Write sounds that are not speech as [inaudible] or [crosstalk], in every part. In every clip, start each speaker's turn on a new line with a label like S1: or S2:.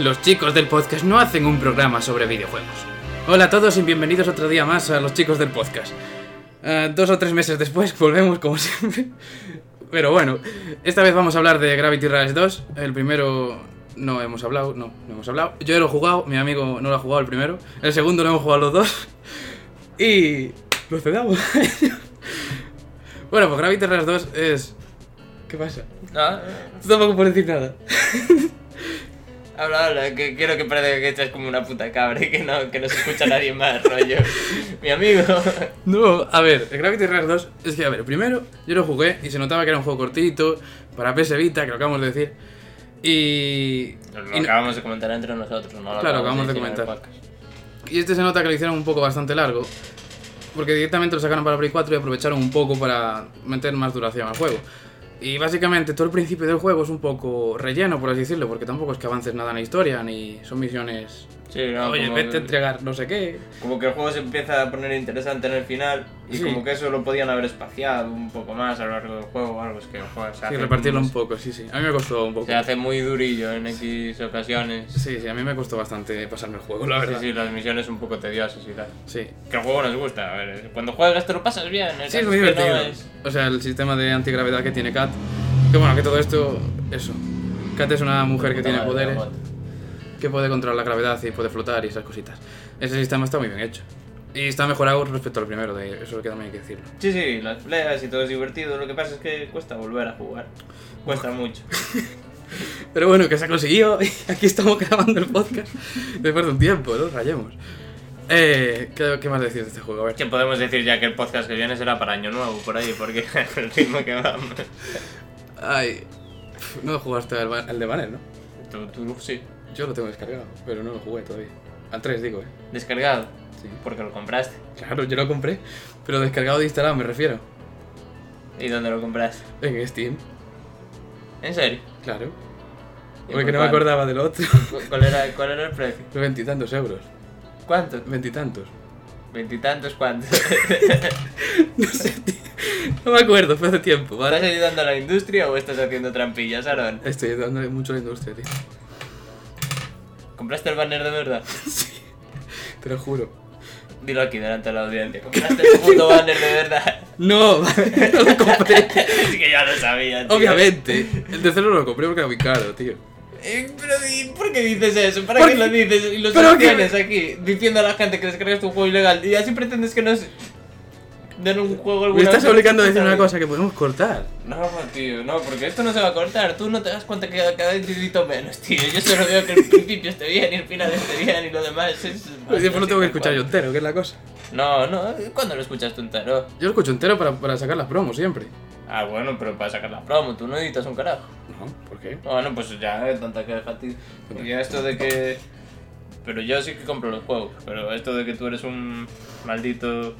S1: Los chicos del podcast no hacen un programa sobre videojuegos. Hola a todos y bienvenidos otro día más a los chicos del podcast. Eh, dos o tres meses después [laughs] volvemos como siempre. Pero bueno, esta vez vamos a hablar de Gravity Rush 2. El primero no hemos hablado, no, no hemos hablado. Yo lo he jugado, mi amigo no lo ha jugado el primero. El segundo lo hemos jugado los dos. Y lo cedamos. [laughs] bueno, pues Gravity Rush 2 es... ¿Qué pasa?
S2: Ah,
S1: Tú tampoco puedes decir nada.
S2: habla, habla, que quiero que parezca que estás como una puta cabra y que no, que no se escucha nadie más, [laughs] rollo. Mi amigo.
S1: No, a ver, el Gravity Rush 2 es que, a ver, primero yo lo jugué y se notaba que era un juego cortito para PS Vita, que lo acabamos de decir. Y.
S2: Lo
S1: y no-
S2: acabamos de comentar entre nosotros, ¿no? Lo
S1: Claro, acabamos de
S2: decir en el
S1: comentar.
S2: podcast.
S1: Y este se nota que lo hicieron un poco bastante largo. Porque directamente lo sacaron para Play 4 y aprovecharon un poco para meter más duración al juego. Y básicamente todo el principio del juego es un poco relleno, por así decirlo, porque tampoco es que avances nada en la historia, ni son misiones.
S2: Sí, no,
S1: Oye,
S2: Ah, como,
S1: vete a entregar no sé qué.
S2: como que el juego se empieza a poner interesante en el final y
S1: Sí.
S2: como que eso lo podían haber espaciado un poco más a lo largo del juego o algo. Es que el juego se
S1: Y
S2: hace
S1: repartirlo
S2: como-
S1: un poco, sí, sí. A mí me costó un poco.
S2: Se hace muy durillo en X ocasiones.
S1: Sí, sí, a mí me costó bastante pasarme el juego, la
S2: Sí,
S1: verdad.
S2: sí, las misiones un poco tediosas y tal.
S1: Sí,
S2: Que el juego nos gusta, a ver, cuando juegas te lo pasas bien. el
S1: Sí,
S2: caso
S1: es muy
S2: que no
S1: divertido.
S2: es-
S1: O sea, el sistema de antigravedad que tiene Kat. Que bueno, que todo esto, eso. Kat es una mujer que
S2: Puta
S1: tiene
S2: madre,
S1: poderes,
S2: la moto.
S1: que puede controlar la gravedad y puede flotar y esas cositas. Ese sistema está muy bien hecho. Y está mejorado respecto al primero, de eso que también hay que decirlo.
S2: Sí, sí, las peleas y todo es divertido. Lo que pasa es que cuesta volver a jugar. Cuesta mucho.
S1: Pero bueno, que se ha conseguido. [laughs] y Aquí estamos grabando el podcast después de un tiempo, ¿no? Rayemos. Eh, ¿qué, qué más decir de este juego? A ver.
S2: Que podemos decir ya que el podcast que viene será para Año Nuevo, por ahí, porque [laughs] el ritmo que vamos.
S1: Ay, no jugaste al, ba- al de Banner, ¿no?
S2: Tú, tú sí.
S1: Yo lo tengo descargado, pero no lo jugué todavía. Al 3, digo, ¿eh?
S2: Descargado,
S1: Sí.
S2: porque lo compraste.
S1: Claro, yo lo compré, pero descargado de instalado me refiero.
S2: ¿Y dónde lo compraste?
S1: En Steam,
S2: ¿En serio?
S1: claro.
S2: ¿Y
S1: Porque
S2: por
S1: no me
S2: cuánto?
S1: acordaba del otro. [laughs]
S2: ¿Cu- ¿Cuál era, cuál era el precio?
S1: Veintitantos euros.
S2: ¿Cuánto?
S1: Veintitantos. [laughs]
S2: ¿Veintitantos [laughs] cuántos?
S1: No sé, tío. No me acuerdo, fue hace tiempo,
S2: ¿Estás
S1: ¿vale?
S2: ayudando a la industria o estás haciendo trampillas, Aaron?
S1: Estoy dándole mucho a la industria, tío.
S2: ¿Compraste el banner de verdad?
S1: Te lo juro.
S2: Dilo aquí delante de la audiencia. ¿Compraste el puto banner de verdad? [laughs]
S1: No, [laughs] vale, no lo compré.
S2: es que ya lo sabía, tío.
S1: Obviamente. El tercero lo compré porque era muy caro, tío.
S2: Eh, Pero, ¿y ¿por qué dices eso? ¿Para
S1: Porque-
S2: qué lo dices y lo
S1: pero que-
S2: soluciones aquí? Diciendo a la gente que descargas tu juego ilegal y así pretendes que no es. Den un juego alguna
S1: Me estás
S2: vez- Ah,
S1: obligando a decir una cosa que podemos cortar.
S2: No, pues, tío, no, porque esto no se va a cortar. Tú no te das cuenta que cada, cada dedito menos, tío. Yo solo veo que el principio esté bien y el final esté bien y lo demás es.
S1: Pues después lo tengo que escuchar yo entero, que es la cosa.
S2: No, no, ¿cuándo lo escuchas tú entero?
S1: Yo lo escucho entero para, para sacar las promos siempre.
S2: Ah, bueno, pero para sacar la promo, tú no editas un carajo.
S1: No, ¿por qué?
S2: Bueno, pues ya, eh, tanta que dejaste. Ya esto de que. Pero yo sí que compro los juegos, pero esto de que tú eres un maldito.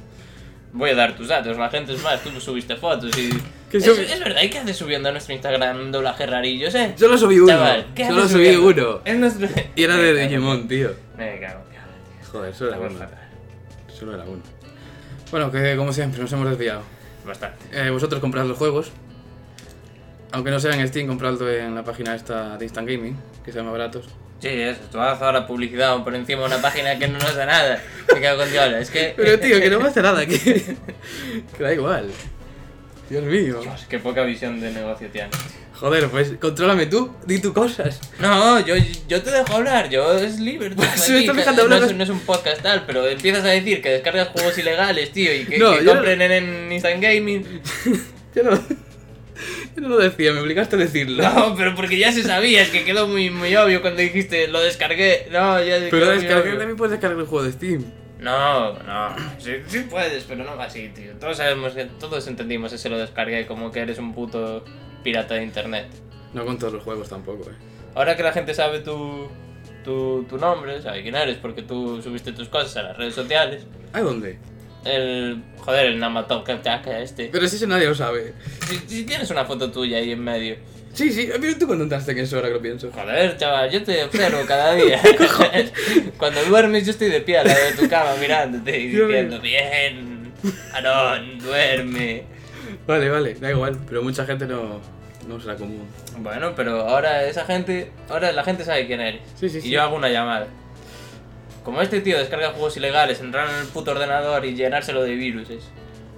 S2: Voy a dar tus datos, la gente es más, tú subiste fotos y.
S1: ¿Qué
S2: es,
S1: subi-
S2: es verdad, ¿y qué haces subiendo a nuestro Instagram doblaje rarillos, eh?
S1: Solo subí uno.
S2: Chaval, ¿qué
S1: Solo
S2: haces
S1: subí
S2: subiendo?
S1: uno.
S2: Es nuestro-
S1: Y era
S2: Me
S1: de
S2: cago en-
S1: Digimon, tío.
S2: Me cago, en la hostia,
S1: Joder, solo
S2: estamos
S1: uno.
S2: fatal.
S1: Solo era uno. Bueno, que como siempre nos hemos desviado.
S2: Bastante.
S1: Eh, vosotros comprad los juegos. Aunque no sea en Steam, compradlo en la página esta de Instant Gaming, que se llama Baratos.
S2: Sí, eso, tú haces ahora publicidad por encima de una página que no nos da nada. Me cago con Dios, es que.
S1: Pero tío, que no me hace nada, que, [laughs] que da igual. Dios mío.
S2: Dios, qué poca visión de negocio tienes.
S1: Joder, pues contrólame tú, di tus cosas.
S2: No, yo, yo te dejo hablar, yo es libre. tú
S1: Pues,
S2: aquí,
S1: me estás
S2: que
S1: dejando
S2: no,
S1: hablar.
S2: es, no es un podcast tal, pero empiezas a decir que descargas juegos ilegales, tío, y que,
S1: No,
S2: que
S1: yo-
S2: compren en, en Instant Gaming.
S1: Yo no, [laughs] yo no lo decía, me obligaste a decirlo.
S2: No, pero porque ya se sabía, es que quedó muy, muy obvio cuando dijiste lo descargué. No, ya se
S1: [laughs] Pero
S2: quedó muy
S1: descargar
S2: obvio.
S1: también puedes descargar el juego de Steam.
S2: No, no, sí, sí puedes, pero no así, tío. Todos sabemos que todos entendimos ese lo descargué como que eres un puto pirata de internet.
S1: No con todos los juegos tampoco, eh.
S2: Ahora que la gente sabe tu, tu, tu nombre, sabe quién eres, porque tú subiste tus cosas a las redes sociales.
S1: ¿A dónde?
S2: El. Joder, el Namatón que ataca este.
S1: Pero si eso nadie lo sabe.
S2: Si, si tienes una foto tuya ahí en medio.
S1: Sí, sí, pero tú cuando entraste en eso ahora que lo pienso.
S2: Joder, chaval, yo te observo cada
S1: [laughs]
S2: día. [laughs] Cuando duermes, yo estoy de pie al lado de tu cama mirándote
S1: [laughs]
S2: y
S1: Dios mío.
S2: diciendo: Bien, Aarón, duerme.
S1: Vale, vale, da igual, pero mucha gente no, No será común.
S2: Bueno, pero ahora esa gente, ahora la gente sabe quién eres.
S1: Sí, sí,
S2: y
S1: sí.
S2: yo hago una llamada. Como este tío descarga juegos ilegales, entrar en el puto ordenador y llenárselo de viruses.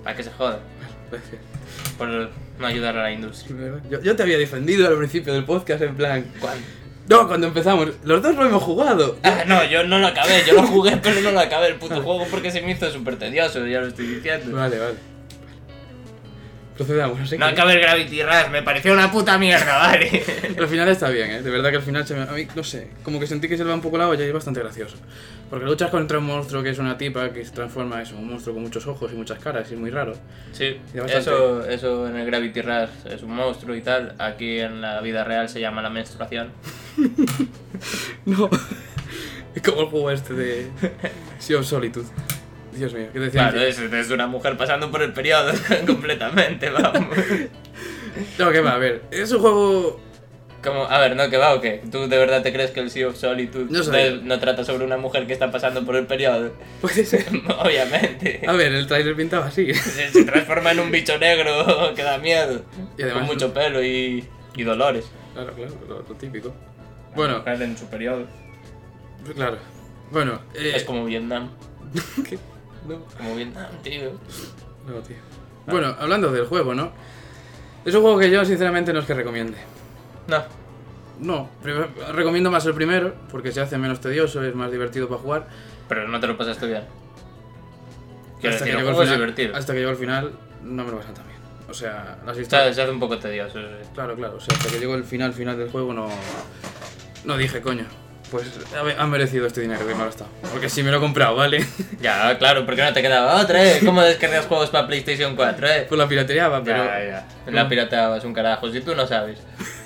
S2: Para que se joda. Por no ayudar a la industria.
S1: Yo, yo te había defendido al principio del podcast en plan.
S2: ¿Cuál?
S1: No, cuando empezamos, los dos lo hemos jugado.
S2: Ah, no, yo no lo acabé, yo lo jugué, [laughs] pero no lo acabé el
S1: Ah.
S2: puto juego porque se me hizo súper tedioso, ya lo estoy diciendo.
S1: Vale, vale. Procedamos, así
S2: No acabé el Gravity Rush, me pareció una puta mierda, [laughs] vale.
S1: Al final está bien, ¿eh? De verdad que al final se me... A mí, no sé, como que sentí que se le va un poco la olla y es bastante gracioso. Porque luchas contra un monstruo que es una tipa que se transforma en un monstruo con muchos ojos y muchas caras y es muy raro.
S2: Sí,
S1: Y bastante.
S2: eso, eso en el Gravity Rush es un monstruo y tal. Aquí en la vida real se llama la menstruación.
S1: No. [laughs] Es como el juego este de... Sea of Solitude. Dios mío, ¿qué decía?
S2: Claro, es, es una mujer pasando por el periodo [laughs] completamente, vamos.
S1: No, que va, a ver. Es un juego...
S2: Como, a ver, no, que va o qué. ¿Tú de verdad te crees que el Sea of Solitude
S1: No sabía.
S2: no- no trata sobre una mujer que está pasando por el periodo? [laughs]
S1: Puede ser...
S2: Obviamente.
S1: A ver, el trailer pintaba así.
S2: Se, se transforma en un bicho negro [laughs] que da miedo.
S1: Y además-
S2: con mucho pelo y, y dolores.
S1: Claro, claro, lo, lo típico. Bueno,
S2: Mujer en su periodo.
S1: claro. Bueno, eh,
S2: Es como Vietnam.
S1: [laughs] ¿qué? No.
S2: Como Vietnam, tío.
S1: No, tío. Bueno, hablando del juego, ¿no? Es un juego que yo sinceramente no es que recomiende.
S2: No.
S1: No, pre- recomiendo más el primero, porque se hace menos tedioso, es más divertido para jugar.
S2: Pero no te lo pasaste bien. Quiero decir, el
S1: llegó al
S2: juego es
S1: final-
S2: divertido.
S1: Hasta que llegó al final, no me lo pasan tan bien. O sea, las
S2: O sea,
S1: historias...
S2: se hace un poco tedioso. sí.
S1: Claro, claro, o sea, hasta que llegó el final, final del juego, no... No dije, coño, pues a ver, ha merecido este dinero que me ha gastado. Porque si me lo he comprado, ¿vale? [laughs]
S2: Ya, claro, porque no te quedaba otra, ¿eh? ¿Cómo descargas juegos para PlayStation 4, eh?
S1: Pues la piratería va, pero...
S2: Ya, ya. La pirateaba es un carajo, si tú no sabes.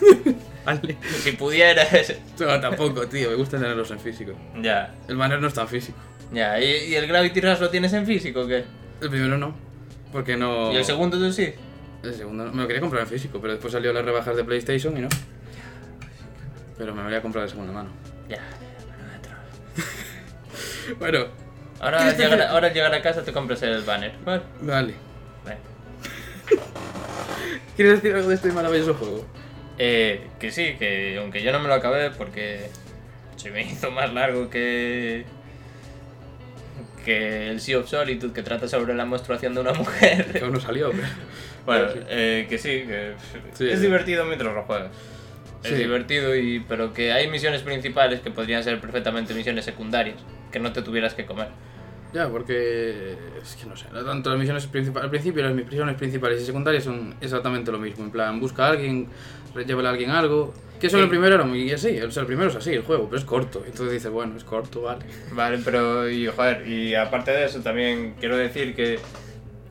S1: [laughs] Vale.
S2: Si pudieras.
S1: No, tampoco, tío, me gusta tenerlos en físico.
S2: Ya,
S1: El banner no es tan físico.
S2: ya. ¿Y, y el Gravity Rush lo tienes en físico o qué?
S1: El primero no. Porque no.
S2: ¿Y el segundo tú sí?
S1: El segundo no. Me lo quería comprar en físico, pero después salió las rebajas de PlayStation y no. Pero me lo voy a comprar de segunda mano.
S2: Ya.
S1: Bueno,
S2: Ahora al, llegar a, ahora al llegar a casa te compras el banner. Vale.
S1: vale.
S2: Bueno.
S1: ¿Quieres decir algo de este maravilloso juego?
S2: Eh, que sí, que aunque yo no me lo acabé porque se me [laughs] hizo más largo que que el Sea of Solitude que trata sobre la menstruación de una
S1: Que [laughs]
S2: mujer.
S1: aún no salió, pero.
S2: bueno,
S1: pero sí.
S2: [laughs] eh, que sí, que
S1: Sí.
S2: es divertido mientras lo juegas. Es
S1: Sí.
S2: divertido y pero que hay misiones principales que podrían ser perfectamente misiones secundarias que no te tuvieras que comer.
S1: Ya, porque. Es que no sé. no Tanto las misiones principales. Al principio, las misiones principales y secundarias son exactamente lo mismo. En plan, busca a alguien, llévale a alguien algo. Que eso
S2: Sí.
S1: el primero era muy así. O sea, el primero es así, el juego, pero es corto. Entonces dices, bueno, es corto, vale.
S2: Vale, pero y joder, y aparte de eso también quiero decir que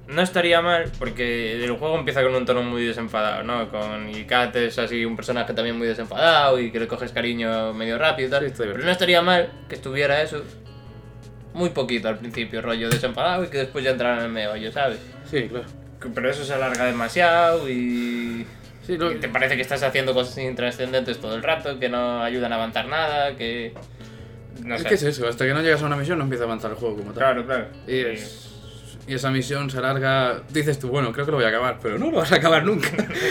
S2: no estaría mal porque el juego empieza con un tono muy desenfadado, ¿no? Con y Kat es así un personaje también muy desenfadado y que le coges cariño medio rápido y tal.
S1: Sí, está divertido.
S2: pero no estaría mal que estuviera eso muy poquito al principio, rollo desenfadado y que después ya entrara en el meollo, ¿sabes?
S1: Sí, claro.
S2: Que- Pero eso se alarga demasiado y
S1: Sí, lo-
S2: y te parece que estás haciendo cosas intrascendentes todo el rato, que no ayudan a avanzar nada, que no
S1: es
S2: sé.
S1: que es eso, hasta que no llegas a una misión no empieza a avanzar el juego como tal.
S2: Claro, claro.
S1: Y, es- y esa misión se alarga. Dices tú, bueno, creo que lo voy a acabar, pero no lo vas a acabar nunca.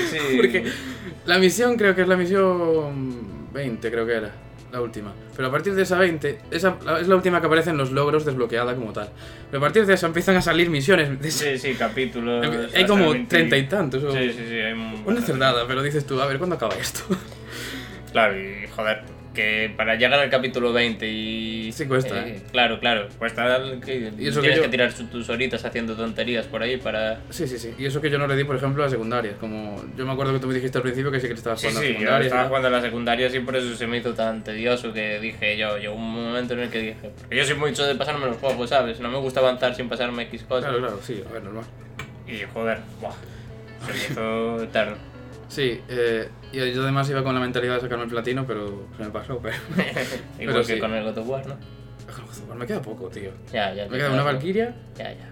S2: Sí. [laughs]
S1: Porque la misión creo que es la misión 20, creo que era. La última. Pero a partir de esa 20, esa la- es la última que aparecen los logros desbloqueada como tal. Pero a partir de esa empiezan a salir misiones. [laughs] de esa-
S2: Sí, sí, capítulos.
S1: Hay
S2: hasta
S1: como
S2: 20.
S1: treinta y tantos. o-
S2: Sí, sí, sí, hay un...
S1: Una cerdada, pero dices tú, a ver, ¿cuándo acaba esto? [laughs]
S2: Claro, y joder, que para llegar al capítulo 20 y...
S1: Sí, cuesta, ¿eh?
S2: Claro, claro, cuesta el que...
S1: Y eso que
S2: tienes que,
S1: yo-
S2: tirar su- tus horitas haciendo tonterías por ahí para...
S1: Sí, sí, sí. Y eso que yo no le di, por ejemplo, a secundarias. Como yo me acuerdo que tú me dijiste al principio que sí que le estabas
S2: Sí,
S1: jugando a
S2: sí, yo
S1: secundarias.
S2: estaba
S1: ¿no?
S2: jugando a la secundaria y por eso se me hizo tan tedioso que dije yo, llegó un momento en el que dije, porque yo soy mucho de pasarme los juegos, ¿sabes? No me gusta avanzar sin pasarme X cosas.
S1: Claro, claro, sí, a ver, normal.
S2: Y joder, buah, se me hizo eterno.
S1: Sí, eh, y yo además iba con la mentalidad de sacarme el platino, pero se me pasó, pero... [laughs]
S2: Igual
S1: Pero
S2: que
S1: sí.
S2: con el God of War, ¿no?
S1: Me queda poco, tío.
S2: Ya, ya.
S1: Me queda una Valkyria
S2: Ya, ya.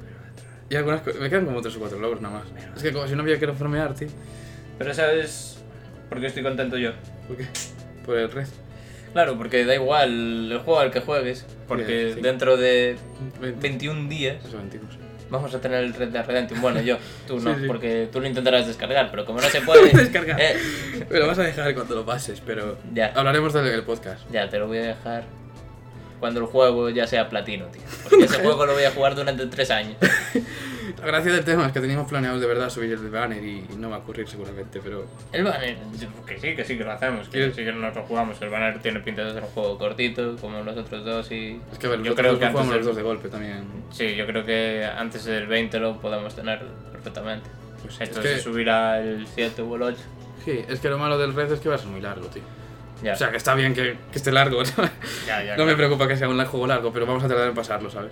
S1: y algunas co- Me quedan como tres o cuatro logros nada más. Es que como si no había que farmear, tío.
S2: Pero ¿sabes por qué estoy contento yo?
S1: ¿Por qué? Por el red.
S2: Claro, porque da igual el juego al que juegues, porque
S1: Sí, sí.
S2: dentro de
S1: 20.
S2: 21 días
S1: Eso, 22.
S2: vamos a tener el Red Dead Redemption. Bueno, yo,
S1: [laughs]
S2: tú no,
S1: Sí, sí.
S2: porque tú lo intentarás descargar, pero como
S1: [laughs]
S2: no se puede...
S1: Descargar. Ah.
S2: eh,
S1: Me lo vas a dejar cuando lo pases, pero
S2: Ya.
S1: hablaremos de él en el podcast.
S2: ya, te lo voy a dejar cuando el juego ya sea platino, tío.
S1: [laughs]
S2: Porque ese juego lo voy a jugar durante tres años.
S1: La gracia del tema es que teníamos planeado de verdad subir el banner y no va a ocurrir seguramente, pero
S2: El banner, que sí, que sí que lo hacemos, que
S1: ¿Quieres?
S2: sí que nos lo jugamos. El banner tiene pinta de ser un juego cortito, como los otros dos y...
S1: es que a ver,
S2: yo
S1: nosotros
S2: creo que
S1: no jugamos los
S2: antes
S1: dos
S2: del...
S1: de golpe también.
S2: Sí, yo creo que antes del 20 lo podemos tener perfectamente.
S1: Pues
S2: Esto
S1: es que-
S2: se subirá el 7 o el 8.
S1: Sí, es que lo malo del Red es que va a ser muy largo, tío.
S2: Ya,
S1: O sea, que está bien que, que esté largo, ¿sabes?
S2: ya, ya.
S1: No me
S2: claro.
S1: preocupa que sea un juego largo, pero vamos a tratar de pasarlo, ¿sabes?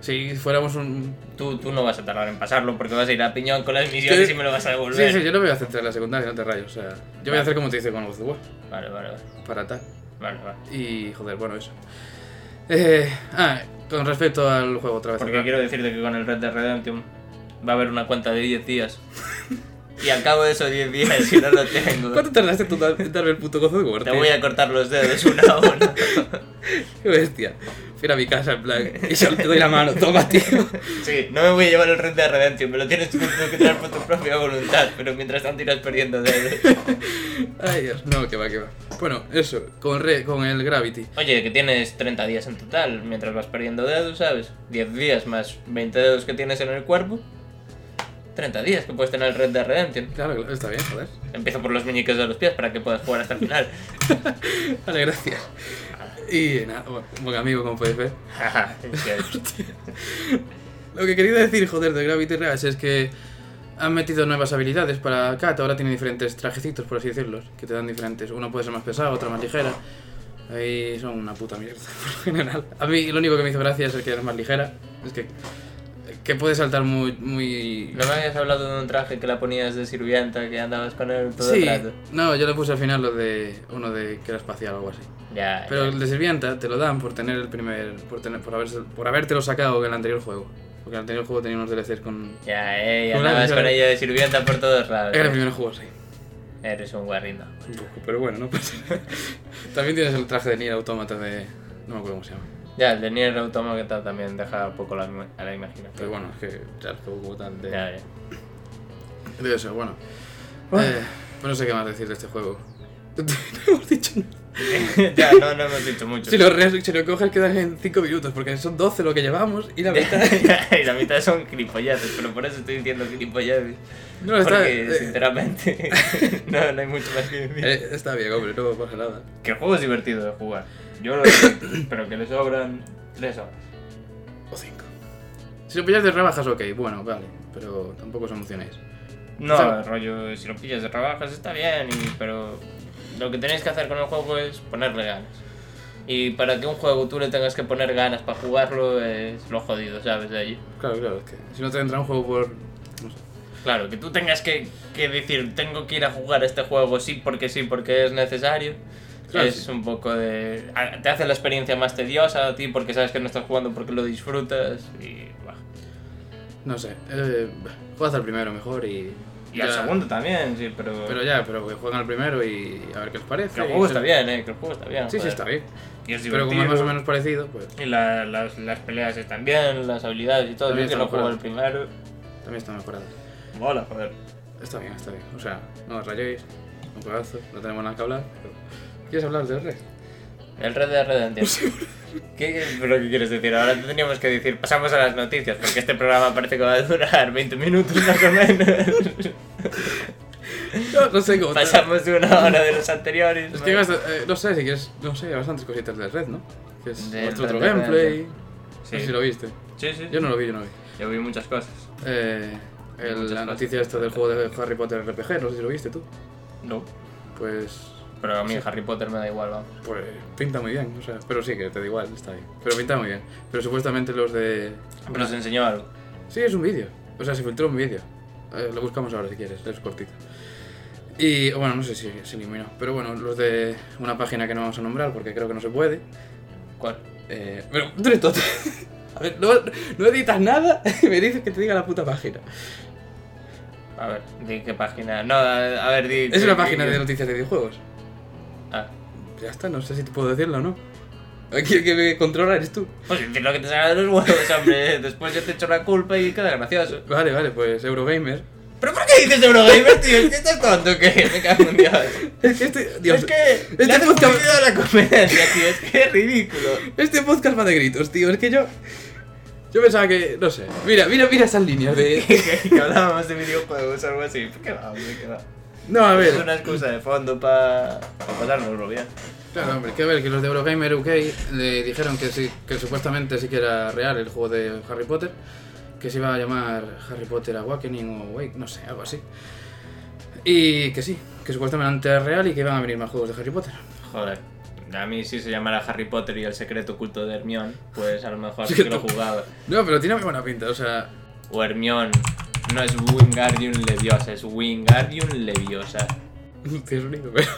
S1: Si fuéramos un...
S2: Tú, tú no vas a tardar en pasarlo porque vas a ir a piñón con las misiones
S1: Sí.
S2: y me lo vas a
S1: Sí,
S2: devolver.
S1: sí, yo lo voy a hacer tras la secundaria, no te rayos. O sea, yo voy a hacer como te hice con los de War,
S2: Vale, vale, vale.
S1: para tal.
S2: Vale, vale.
S1: Y, joder, bueno, eso. Eh, ah, con respecto al juego otra vez.
S2: Porque
S1: ¿verdad?
S2: quiero decirte que con el Red Dead Redemption va a haber una cuenta de 10 días. [laughs] Y al cabo de esos 10 días, [laughs] si no lo tengo,
S1: ¿Cuánto tardaste tú en darme el puto gozo de War,
S2: te
S1: tío?
S2: voy a cortar los dedos una a una.
S1: Qué bestia. Fui a mi casa, en plan, y yo te doy la mano, toma, tío.
S2: Sí, no me voy a llevar el Red Dead Redemption, me lo tienes tú que traer por tu propia voluntad, pero mientras tanto irás perdiendo dedos.
S1: Ay, Dios, no, que va, que va. Bueno, eso, con, re- con el Gravity.
S2: Oye, que tienes 30 días en total, mientras vas perdiendo dedos, ¿sabes? 10 días más 20 dedos que tienes en el cuerpo. 30 días que puedes tener el Red Dead Redemption.
S1: Claro, claro, está bien, joder.
S2: Empiezo por los meñiques de los pies para que puedas jugar hasta el final. [laughs]
S1: Vale, gracias. Y nada, bueno, buen amigo, como podéis ver.
S2: Jaja, sí.
S1: Lo que quería decir, joder, de Gravity Rush es que han metido nuevas habilidades para Kat. Ahora tiene diferentes trajecitos, por así decirlos, que te dan diferentes. Uno puede ser más pesado, otro más ligera. Ahí son una puta mierda, [laughs] por lo general. A mí lo único que me hizo gracia es el que eres más ligera. Es que, que puede saltar muy... muy...
S2: ¿No me habías hablado de un traje que la ponías de sirvienta, que andabas con él todo
S1: Sí,
S2: el rato?
S1: no, yo le puse al final lo de uno de que era espacial o algo así.
S2: Ya,
S1: Pero
S2: ya.
S1: el de sirvienta te lo dan por tener el primer, por tener, por haberse, por habértelo sacado en el anterior juego. Porque el anterior juego tenía unos DLCs con.
S2: Ya, eh, y
S1: Una
S2: andabas
S1: vez-
S2: con ella de sirvienta por todos lados.
S1: Era el
S2: eh.
S1: primer juego, sí.
S2: Eres un guarrino.
S1: Un poco, pero bueno, no pasa nada. [laughs] También tienes el traje de Nier Automata de. No me acuerdo cómo se llama.
S2: Ya, el de Nier Automata también deja un poco la, a la imaginación.
S1: Pero bueno, es que. Ya, el juego como tal de.
S2: Ya,
S1: [laughs]
S2: ya.
S1: de eso, bueno.
S2: Bueno.
S1: Eh, pues no sé qué más decir de este juego. [laughs] no hemos dicho nada.
S2: ya, no, no hemos dicho mucho.
S1: Si lo, re- si lo coges, quedan en 5 minutos, porque son 12 lo que llevamos y
S2: [laughs]
S1: la mitad.
S2: y la mitad son gilipollaces, pero por eso estoy diciendo gilipollaces.
S1: No, está,
S2: Porque,
S1: eh,
S2: sinceramente, [laughs] no, no hay mucho más que decir.
S1: eh, está bien, hombre, no pasa nada.
S2: Que el juego es divertido de jugar. Yo lo sé, [coughs] pero que le sobran tres horas.
S1: O 5. Si lo pillas de rebajas, ok, bueno, vale. Pero tampoco os emocionéis.
S2: No,
S1: O sea-
S2: rollo, si lo pillas de rebajas está bien, y- pero lo que tenéis que hacer con el juego es ponerle ganas. Y para que un juego tú le tengas que poner ganas para jugarlo es lo jodido, ¿sabes? De allí.
S1: Claro, claro, es que si no te entra un juego por. no sé.
S2: Claro, que tú tengas que, que decir, tengo que ir a jugar a este juego sí porque sí, porque es necesario.
S1: Claro,
S2: es
S1: sí.
S2: un poco de... a- Te hace la experiencia más tediosa a ti porque sabes que no estás jugando porque lo disfrutas y... bah.
S1: No sé. Eh, juegas al primero mejor y.
S2: Y al
S1: ya-
S2: segundo también, sí, pero...
S1: Pero ya, pero que juegan al primero y a ver qué os parece.
S2: que el
S1: y
S2: juego
S1: se-
S2: está bien, ¿eh? Que el juego está bien.
S1: Sí, sí,
S2: joder.
S1: está bien.
S2: Y es
S1: Pero como es
S2: divertido.
S1: más o menos parecido, pues
S2: Y la- las, las peleas están bien, las habilidades y todo.
S1: También
S2: Yo que
S1: está
S2: lo juego el
S1: mejorado.
S2: primero.
S1: también está mejorado.
S2: Mola, joder.
S1: Está bien, está bien. O sea, no os rayéis. Un pedazo, no tenemos nada que hablar. pero- ¿Quieres hablar del rey?
S2: El Red
S1: [laughs]
S2: Dead Redemption. ¿Qué es lo que quieres decir? Ahora te teníamos que decir, pasamos a las noticias, porque este programa parece que va a durar 20 minutos más o
S1: [laughs]
S2: menos.
S1: No, no sé
S2: [laughs]
S1: cómo.
S2: Pasamos de una hora de los anteriores.
S1: Es que hay
S2: ¿no?
S1: bast- eh, no sé si quieres. No sé, hay bastantes cositas del red, ¿no? Que es
S2: Del
S1: nuestro otro
S2: Red Dead
S1: gameplay.
S2: Redemption.
S1: No sé
S2: Sí.
S1: si lo viste.
S2: Sí, sí.
S1: Yo no lo vi, yo no lo vi.
S2: Yo vi muchas cosas.
S1: Eh, el-
S2: Muchas
S1: la
S2: cosas.
S1: noticia esta del juego de Harry Potter RPG, no sé si lo viste tú.
S2: No.
S1: Pues.
S2: Pero a mí Harry Potter me da igual, vamos.
S1: Pues pinta muy bien, o sea, pero sí, que te da igual, está bien. Pero pinta muy bien. Pero supuestamente los de.
S2: Pero se enseñó algo.
S1: Sí, es un vídeo. O sea, se filtró un vídeo. Eh, lo buscamos ahora si quieres, es cortito. Y bueno, no sé si se eliminó. Pero bueno, los de una página que no vamos a nombrar porque creo que no se puede.
S2: ¿Cuál?
S1: Eh, pero tú eres tonto. [laughs] A ver, no, no editas nada y me dices que te diga la puta página.
S2: A ver, di qué página. No, a, a ver, di.
S1: Es
S2: di-
S1: una
S2: di-
S1: página de noticias de videojuegos.
S2: Ah,
S1: Ya está, no sé si te puedo decirlo o no. Aquí el que me controla eres tú.
S2: Pues es lo que te salga de los huevos, hombre. Después yo te echo la culpa y queda gracioso.
S1: Vale, vale, pues Eurogamer.
S2: ¿Pero por qué dices Eurogamer, tío? ¿Es que estás tonto que me cago en Dios?
S1: [laughs] Es que este. Dios.
S2: es que
S1: Este
S2: le haces
S1: podcast-
S2: publicidad a la competencia, tío. Es que es ridículo.
S1: Este podcast va de gritos, tío. Es que yo. Yo pensaba que. No sé. Mira, mira, mira esas líneas de.
S2: [laughs] que, que hablábamos de videojuegos o algo así. ¿Por qué va, hombre? ¿Qué va?
S1: No, a
S2: Es
S1: ver.
S2: una excusa de fondo para pasárnoslo bien.
S1: Claro, hombre, que a ver, que los de Eurogamer UK le dijeron que sí, que supuestamente sí que era real el juego de Harry Potter, que se iba a llamar Harry Potter Awakening o Wake, no sé, algo así. Y que sí, que supuestamente era real y que iban a venir más juegos de Harry Potter.
S2: Joder. A mí si se llamara Harry Potter y el secreto oculto de Hermión, pues a lo mejor
S1: Sí
S2: sí
S1: que
S2: que lo
S1: tú-
S2: jugaba.
S1: No, pero tiene muy buena pinta, o sea, [laughs]
S2: O Hermión. No es Wingardium Leviosa, es Wingardium Leviosa.
S1: tiene sonido, pero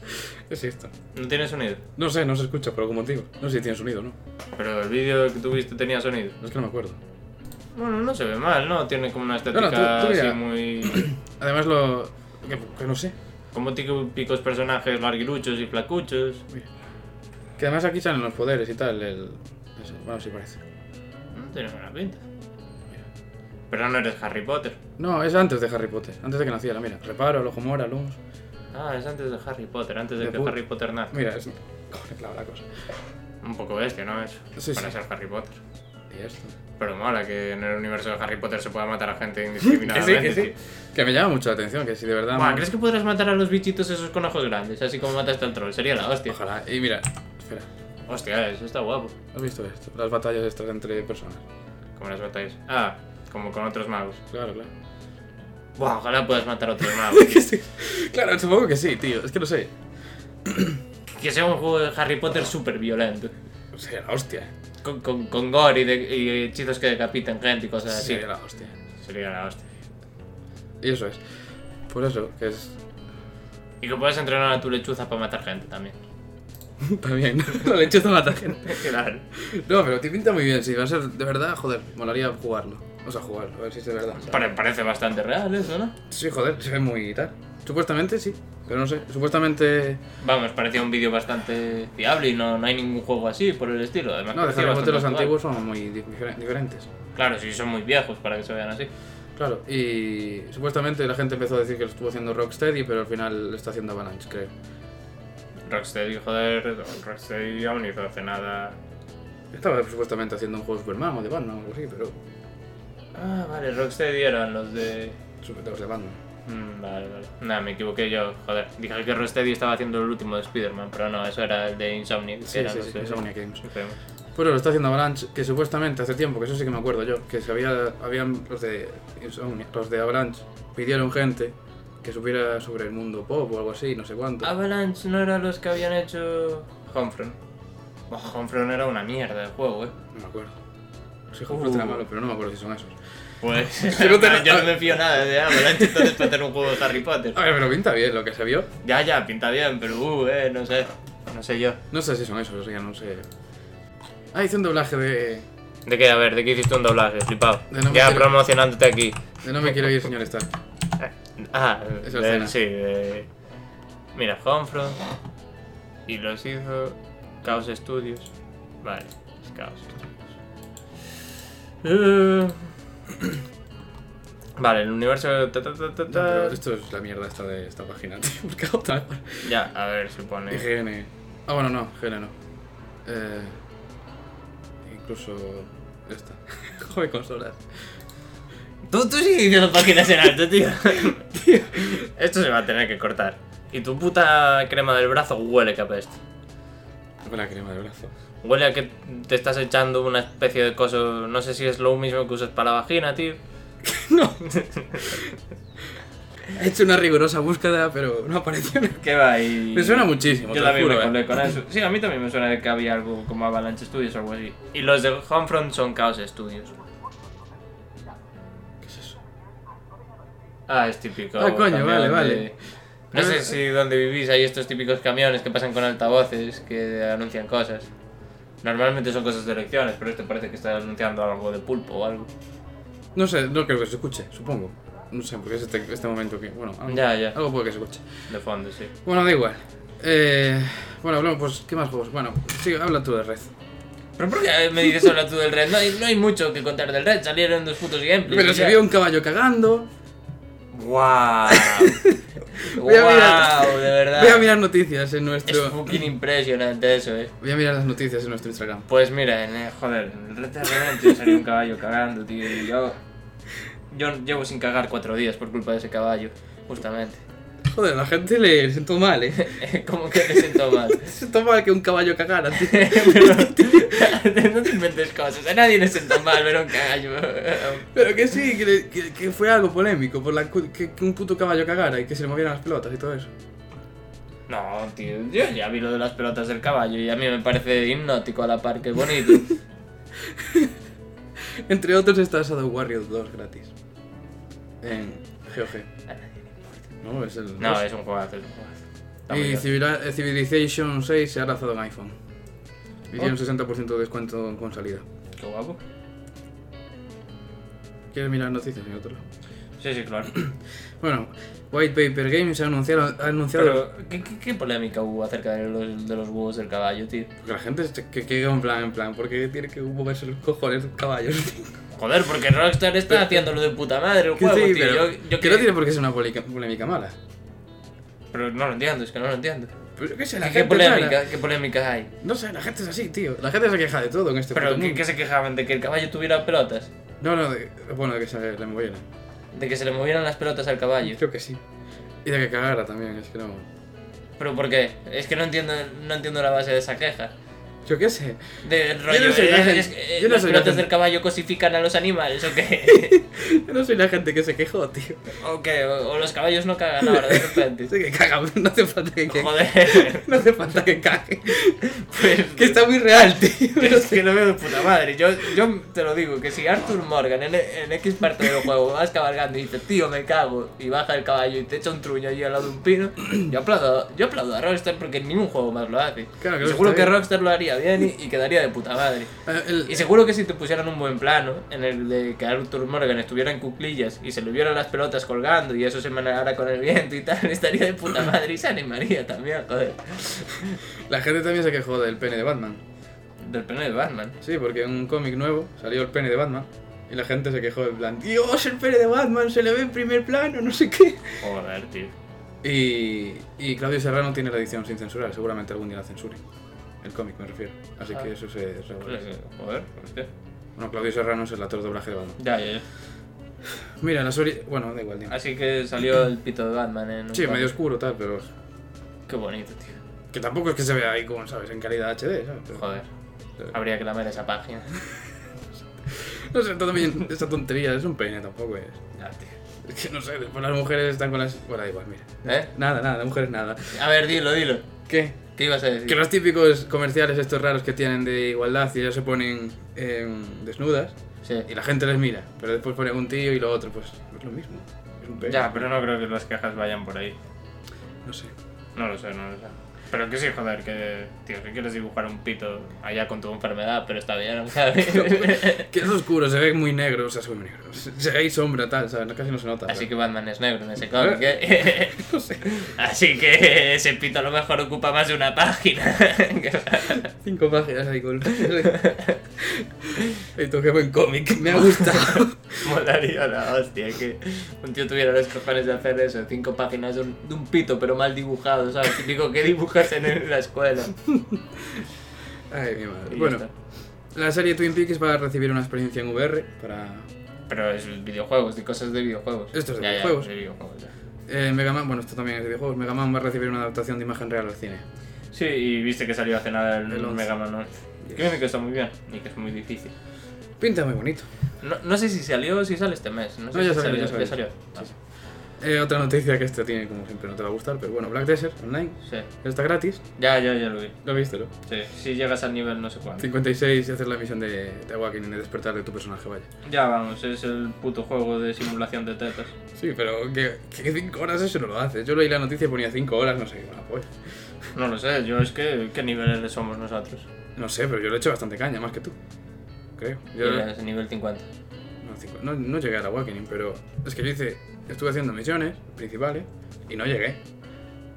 S1: [laughs] es esto.
S2: No tiene sonido.
S1: No sé, no se escucha por algún motivo. No sé si tiene sonido, ¿no?
S2: Pero el vídeo que tuviste tenía sonido.
S1: Es que no me acuerdo.
S2: Bueno, no se ve mal, ¿no? Tiene como una estética
S1: tú- tú ya.
S2: así
S1: [coughs]
S2: muy...
S1: Además lo... que, que no sé.
S2: Como típicos personajes larguiruchos y flacuchos.
S1: Que además aquí salen los poderes y tal, el... eso, bueno, sí parece.
S2: No tiene buena pinta. Pero no eres Harry Potter.
S1: No, es antes de Harry Potter, antes de que naciera, mira. Reparo, el ojo mora, luz.
S2: Ah, es antes de Harry Potter, antes de,
S1: De
S2: que
S1: pu-
S2: Harry Potter nazca.
S1: Mira, es. [laughs] Cojones, claro, la cosa.
S2: Un poco bestia, ¿no? Eso.
S1: Sí,
S2: para
S1: sí.
S2: ser Harry Potter.
S1: Y esto.
S2: Pero mola que en el universo de Harry Potter se pueda matar
S1: [laughs]
S2: a gente
S1: Que sí,
S2: indiscriminadamente.
S1: que sí.
S2: tío.
S1: Que me llama mucho la atención, que si de verdad.
S2: Buah,
S1: man-
S2: ¿crees que podrás matar a los bichitos esos con ojos grandes? Así como mataste al troll. Sería la
S1: [laughs]
S2: hostia.
S1: Ojalá. Y mira, espera,
S2: Hostia, eso está guapo.
S1: ¿has visto esto? Las batallas estas entre personas.
S2: Como las batallas. Ah, como con otros magos.
S1: Claro, [laughs] claro.
S2: Buah, ojalá puedas matar a otros magos.
S1: [laughs]
S2: tío.
S1: Claro, supongo que sí, tío. Es que no sé.
S2: que sea un juego de Harry Potter súper violento.
S1: Sería la hostia. ¿eh?
S2: Con, con, con gore y, de- y hechizos que decapitan gente y cosas así.
S1: Sería la hostia.
S2: Sería la hostia.
S1: Y eso es. Por eso, que es. [laughs]
S2: Y que puedas entrenar a tu lechuza para matar gente
S1: [laughs]
S2: también.
S1: También, la lechuza mata gente.
S2: claro.
S1: No, pero te pinta muy bien, sí. Va a ser, de verdad, joder, molaría jugarlo. O sea, jugarlo, a ver si es de verdad.
S2: Pare- parece bastante real eso, ¿no?
S1: Sí, joder, se ve muy tal. Supuestamente sí, pero no sé. Supuestamente
S2: Vamos, parecía un vídeo bastante fiable y no, no hay ningún juego así por el estilo. Además,
S1: No, de
S2: parecía
S1: Harry Potter los
S2: bastante
S1: antiguos son muy di- diferen- diferentes.
S2: actual. Claro, sí, son muy viejos para que se vean así.
S1: Claro, y supuestamente la gente empezó a decir que lo estuvo haciendo Rocksteady, pero al final lo está haciendo Avalanche, creo.
S2: Rocksteady, joder, Rocksteady aún no hizo hace nada.
S1: Estaba supuestamente haciendo un juego de Superman o de Batman o algo así, pero...
S2: Ah, vale, Rocksteady eran los de.
S1: Sobre todo los de Batman.
S2: Mm, vale, vale. Nada, me equivoqué yo, joder. Dije que Rocksteady estaba haciendo el último de Spider-Man, pero no, eso era el de Insomniac. que
S1: Sí,
S2: eran
S1: sí,
S2: los
S1: sí,
S2: de-
S1: Insomniac Games.
S2: Supremo.
S1: Pero lo está haciendo Avalanche, que supuestamente hace tiempo, que eso sí que me acuerdo yo, que se había, habían los de, Insomnia- los de Avalanche pidieron gente que supiera sobre el mundo pop o algo así, no sé cuánto.
S2: Ah. Avalanche no eran los que habían hecho Homefront. Oh, Homefront era una mierda de juego, eh.
S1: No me acuerdo. Sí, juego era
S2: Uh.
S1: malo, pero no me acuerdo si son esos.
S2: [laughs] Pues
S1: Yo no te-
S2: yo no me fío nada de Avalanche, entonces para hacer un juego de Harry Potter.
S1: A ver, pero pinta bien lo que se vio.
S2: Ya, ya, pinta bien, pero uh, eh, no sé. No sé yo.
S1: No sé si son esos, o sea, no sé. Ah, hice un doblaje de.
S2: ¿De qué? A ver, ¿de qué hiciste un doblaje? Flipado.
S1: De no me
S2: ya
S1: quiero-
S2: promocionándote aquí.
S1: de No me quiero ir, señor Stark.
S2: Ah,
S1: Esa
S2: de-
S1: escena.
S2: sí, de... Mira, Homefront. Y los hizo Chaos Studios. Vale, es Chaos Studios. Eh, [clears throat] Vale, el universo... ta, ta, ta, ta,
S1: No,
S2: ta.
S1: pero este- esto es la mierda esta de esta página, [laughs] tío. Porque otra vez.
S2: Ya, a ver,
S1: Eh.
S2: supone...
S1: IGN. Ah, bueno, no, GN no. Eh, incluso. Esta. [laughs] Joder, consolas.
S2: Tú, tú sigues diciendo páginas en
S1: [laughs]
S2: alto, tío. Tío, Esto se va a tener que cortar. Y tu puta crema del brazo huele que apesta.
S1: Con la crema de brazo.
S2: Huele a que te estás echando una especie de cosa. No sé si es lo mismo que usas para la vagina, tío.
S1: no. He hecho una rigurosa búsqueda, pero no apareció. nada.
S2: ¿Qué va? Y...
S1: Me suena muchísimo,
S2: Yo
S1: te
S2: también
S1: lo
S2: me
S1: juro.
S2: colé
S1: eh.
S2: con eso. Sí, a mí también me suena que había algo como Avalanche Studios o algo así. Y los de Homefront son Chaos Studios.
S1: ¿Qué es eso?
S2: Ah, es típico.
S1: Ah, coño,
S2: camión
S1: vale,
S2: de-
S1: vale.
S2: No sé si donde vivís hay estos típicos camiones que pasan con altavoces que anuncian cosas. Normalmente son cosas de elecciones, pero este parece que está anunciando algo de pulpo o algo.
S1: No sé, no creo que se escuche, supongo. No sé, porque es este, este momento que. Bueno, algo,
S2: Ya, ya.
S1: algo puede que se escuche.
S2: De fondo, sí.
S1: Bueno, da igual. Eh, bueno, hablamos, pues, ¿qué más juegos? Bueno, sí, habla tú de Red.
S2: ¿Pero por qué Eh, me dices ahora tú del Red? No hay, no hay mucho que contar del Red, salieron dos putos gameplays.
S1: Pero se vio un caballo cagando.
S2: ¡Guau!
S1: Voy a mirar-
S2: ¡Guau! De verdad.
S1: Voy a mirar noticias en
S2: Es
S1: nuestro.
S2: fucking impresionante eso, eh.
S1: Voy a mirar las noticias en nuestro Instagram.
S2: Pues mira, en, eh, joder, en el Red Dead Redemption salió un caballo cagando, tío. y yo, yo llevo sin cagar cuatro días por culpa de ese caballo, justamente. [laughs]
S1: Joder, la gente le le sentó mal, eh. [laughs]
S2: ¿Cómo que me siento mal? [laughs]
S1: Le sentó mal que un caballo cagara, tío.
S2: Pero- no te inventes cosas, a nadie le siento mal ver a un caballo. [laughs]
S1: Pero que sí, que, le- que- que fue algo polémico, por la cu- que, que un puto caballo cagara y que se le movieran las pelotas y todo eso.
S2: No, tío, yo ya vi lo de las pelotas del caballo y a mí me parece hipnótico a la par que
S1: [laughs]
S2: bonito.
S1: Entre otros está Shadow Warrior 2 gratis. En GOG. No, es el
S2: No,
S1: 2.
S2: es un juegazo, es un juegazo. Está muy
S1: Y
S2: bien.
S1: Civila- eh, Civilization 6 se ha lanzado en iPhone. Y tiene
S2: Oh.
S1: un 60% de descuento con salida.
S2: Qué guapo.
S1: ¿Quieres mirar noticias en otro? lado?
S2: Sí,
S1: [clears throat]
S2: sí, claro.
S1: Bueno, White Paper Games ha anunciado, ha anunciado
S2: Pero, ¿qué, qué, qué polémica hubo acerca de los, de los huevos del caballo, tío?
S1: que la gente se- que que en plan, en plan, porque tiene que moverse los cojones de un caballo. [laughs]
S2: Joder, porque Rockstar está haciéndolo de puta madre el
S1: Que
S2: juego,
S1: sí,
S2: tío.
S1: pero
S2: yo, yo
S1: que no tiene por qué ser una polica- polémica mala.
S2: Pero no lo entiendo, es que no lo entiendo.
S1: Pero qué sé, la
S2: ¿Qué
S1: gente es
S2: polémica,
S1: rara.
S2: ¿Qué polémica hay?
S1: No sé, la gente es así, tío. La gente se queja de todo en este
S2: ¿Pero
S1: puto
S2: ¿qué,
S1: mundo.
S2: qué se quejaban? ¿De que el caballo tuviera pelotas?
S1: No, no, de- bueno, de que se le moviera.
S2: ¿De que se le movieran las pelotas al caballo?
S1: Creo que sí. Y de que cagara también, es que no.
S2: ¿Pero por qué? Es que no entiendo, no entiendo la base de esa queja.
S1: Yo qué sé. [laughs]
S2: De rollo,
S1: no soy
S2: eh,
S1: la
S2: es-
S1: gente-
S2: es- eh,
S1: yo no
S2: ¿las
S1: soy la
S2: pelotas
S1: gente.
S2: del caballo cosifican a los animales
S1: [laughs]
S2: o qué? [laughs]
S1: Yo no soy la gente que se quejó, tío.
S2: ¿O qué? ¿O o los caballos no cagan ahora de repente?
S1: Sé que caga, no hace falta que cague.
S2: Joder, [laughs]
S1: No hace falta que cague.
S2: pues...
S1: Que está muy real, tío.
S2: [laughs] Pero es que lo veo de puta madre. Yo, yo te lo digo, que si Arthur Morgan en, en X parte del juego vas cabalgando y dice, tío, me cago, y baja el caballo y te echa un truño allí al lado de un pino, yo aplaudo, yo aplaudo a Rockstar porque ningún juego más lo hace.
S1: Claro que
S2: Y
S1: lo
S2: seguro
S1: está
S2: que
S1: bien.
S2: Rockstar lo haría bien y, y quedaría de puta madre.
S1: Eh, [laughs] el-
S2: Y seguro que si te pusieran un buen plano en el de que Arthur Morgan estuviera en cuclillas y se le vieran las pelotas colgando y eso se manejara con el viento y tal, [laughs] estaría de puta madre y se animaría también, joder.
S1: La gente también se quejó del pene de Batman.
S2: Del pene de Batman.
S1: Sí, porque en un cómic nuevo salió el pene de Batman. Y la gente se quejó en plan, Dios, el pene de Batman se le ve en primer plano, no sé qué.
S2: Joder, tío.
S1: Y, y Claudio Serrano tiene la edición sin censurar, seguramente algún día la censure. El cómic me refiero. Así
S2: Ah.
S1: que eso se regula.
S2: Joder, hostia.
S1: Bueno, Claudio Serrano es el actor de doblaje de Batman.
S2: Ya, ya, ya.
S1: Mira, la serie... Bueno, da igual, dime.
S2: Así que salió el pito de Batman en un
S1: Sí,
S2: cómic.
S1: medio oscuro tal, pero...
S2: Qué bonito, tío.
S1: Que tampoco es que se vea ahí como, ¿sabes? En calidad HD, ¿sabes? Pero-
S2: Joder.
S1: Sí.
S2: Habría que lamer
S1: [laughs]
S2: esa página.
S1: No sé, también esa tontería es un pene, tampoco es...
S2: Ya, tío.
S1: Es que no sé, después las mujeres están con las... Bueno, da igual, mira.
S2: ¿Eh?
S1: Nada, nada, las mujeres nada.
S2: A ver, dilo, dilo.
S1: ¿Qué?
S2: ¿Qué ibas a decir?
S1: Que los típicos comerciales estos raros que tienen de igualdad y ya se ponen em, desnudas
S2: Sí.
S1: y la gente les mira, pero después ponen un tío y lo otro, pues es lo mismo. Es un pene.
S2: Ya, pero no creo que las quejas vayan por ahí.
S1: No sé. [laughs]
S2: No lo sé, no lo sé. Pero que sí, joder, que... Tío, que quieres dibujar un pito allá con tu enfermedad, pero está [laughs] bien, ¿sabes?
S1: Que es oscuro, se ve muy negro, o sea, se ve muy negro. Se se ve ahí sombra, tal, ¿sabes? No- Casi no se nota.
S2: Así que
S1: pero-
S2: Batman es negro en ese cómic, ¿eh?
S1: No [laughs] sé.
S2: [laughs] Así que ese pito a lo mejor ocupa más de una [laughs] página.
S1: Cinco páginas ahí con... [laughs] Ey, tú, qué buen cómic, me ha
S2: [laughs]
S1: gustado.
S2: Molaría la hostia que un tío tuviera los cojones de hacer eso, cinco páginas de un, de un pito pero mal dibujado, ¿sabes? Típico que dibujas en el- la escuela.
S1: Ay, mi madre.
S2: Y ya
S1: Bueno,
S2: está.
S1: la serie Twin Peaks va a recibir una experiencia en VR para
S2: Pero es videojuegos, de cosas de videojuegos.
S1: Esto es de
S2: Ya, ya,
S1: videojuegos.
S2: de videojuegos, ya.
S1: Eh, Mega Man, bueno, esto también es de videojuegos. Mega Man va a recibir una adaptación de imagen real al cine.
S2: Sí, y viste que salió hace nada el,
S1: El once.
S2: Mega Man 11.
S1: Yes.
S2: Que viene que está muy bien y que es muy difícil.
S1: Pinta muy bonito.
S2: No, no sé si salió o si sale este mes. No, sé
S1: No, ya
S2: si
S1: salió, ya salió.
S2: Ya salió. Ah,
S1: Sí, Eh, otra noticia que esta tiene, como siempre, no te va a gustar, pero bueno, Black Desert Online
S2: sí.
S1: está gratis.
S2: Ya, ya, ya lo vi.
S1: Lo viste, ¿no?
S2: Sí, si llegas al nivel no sé cuánto.
S1: 56 y hacer la misión de, de Awakening, de despertar de tu personaje, vaya.
S2: Ya vamos, es el puto juego de simulación de tetas.
S1: Sí, pero que 5 horas eso no lo hace. Yo leí la noticia y ponía 5 horas, no sé qué, bueno, pues.
S2: No lo sé, yo es que qué niveles somos nosotros.
S1: No sé, pero yo le he hecho bastante caña, más que tú. Creo. Yo,
S2: Yo es nivel 50.
S1: no, cinco- no, no llegué al Awakening, pero es que yo hice, estuve haciendo misiones principales y no llegué.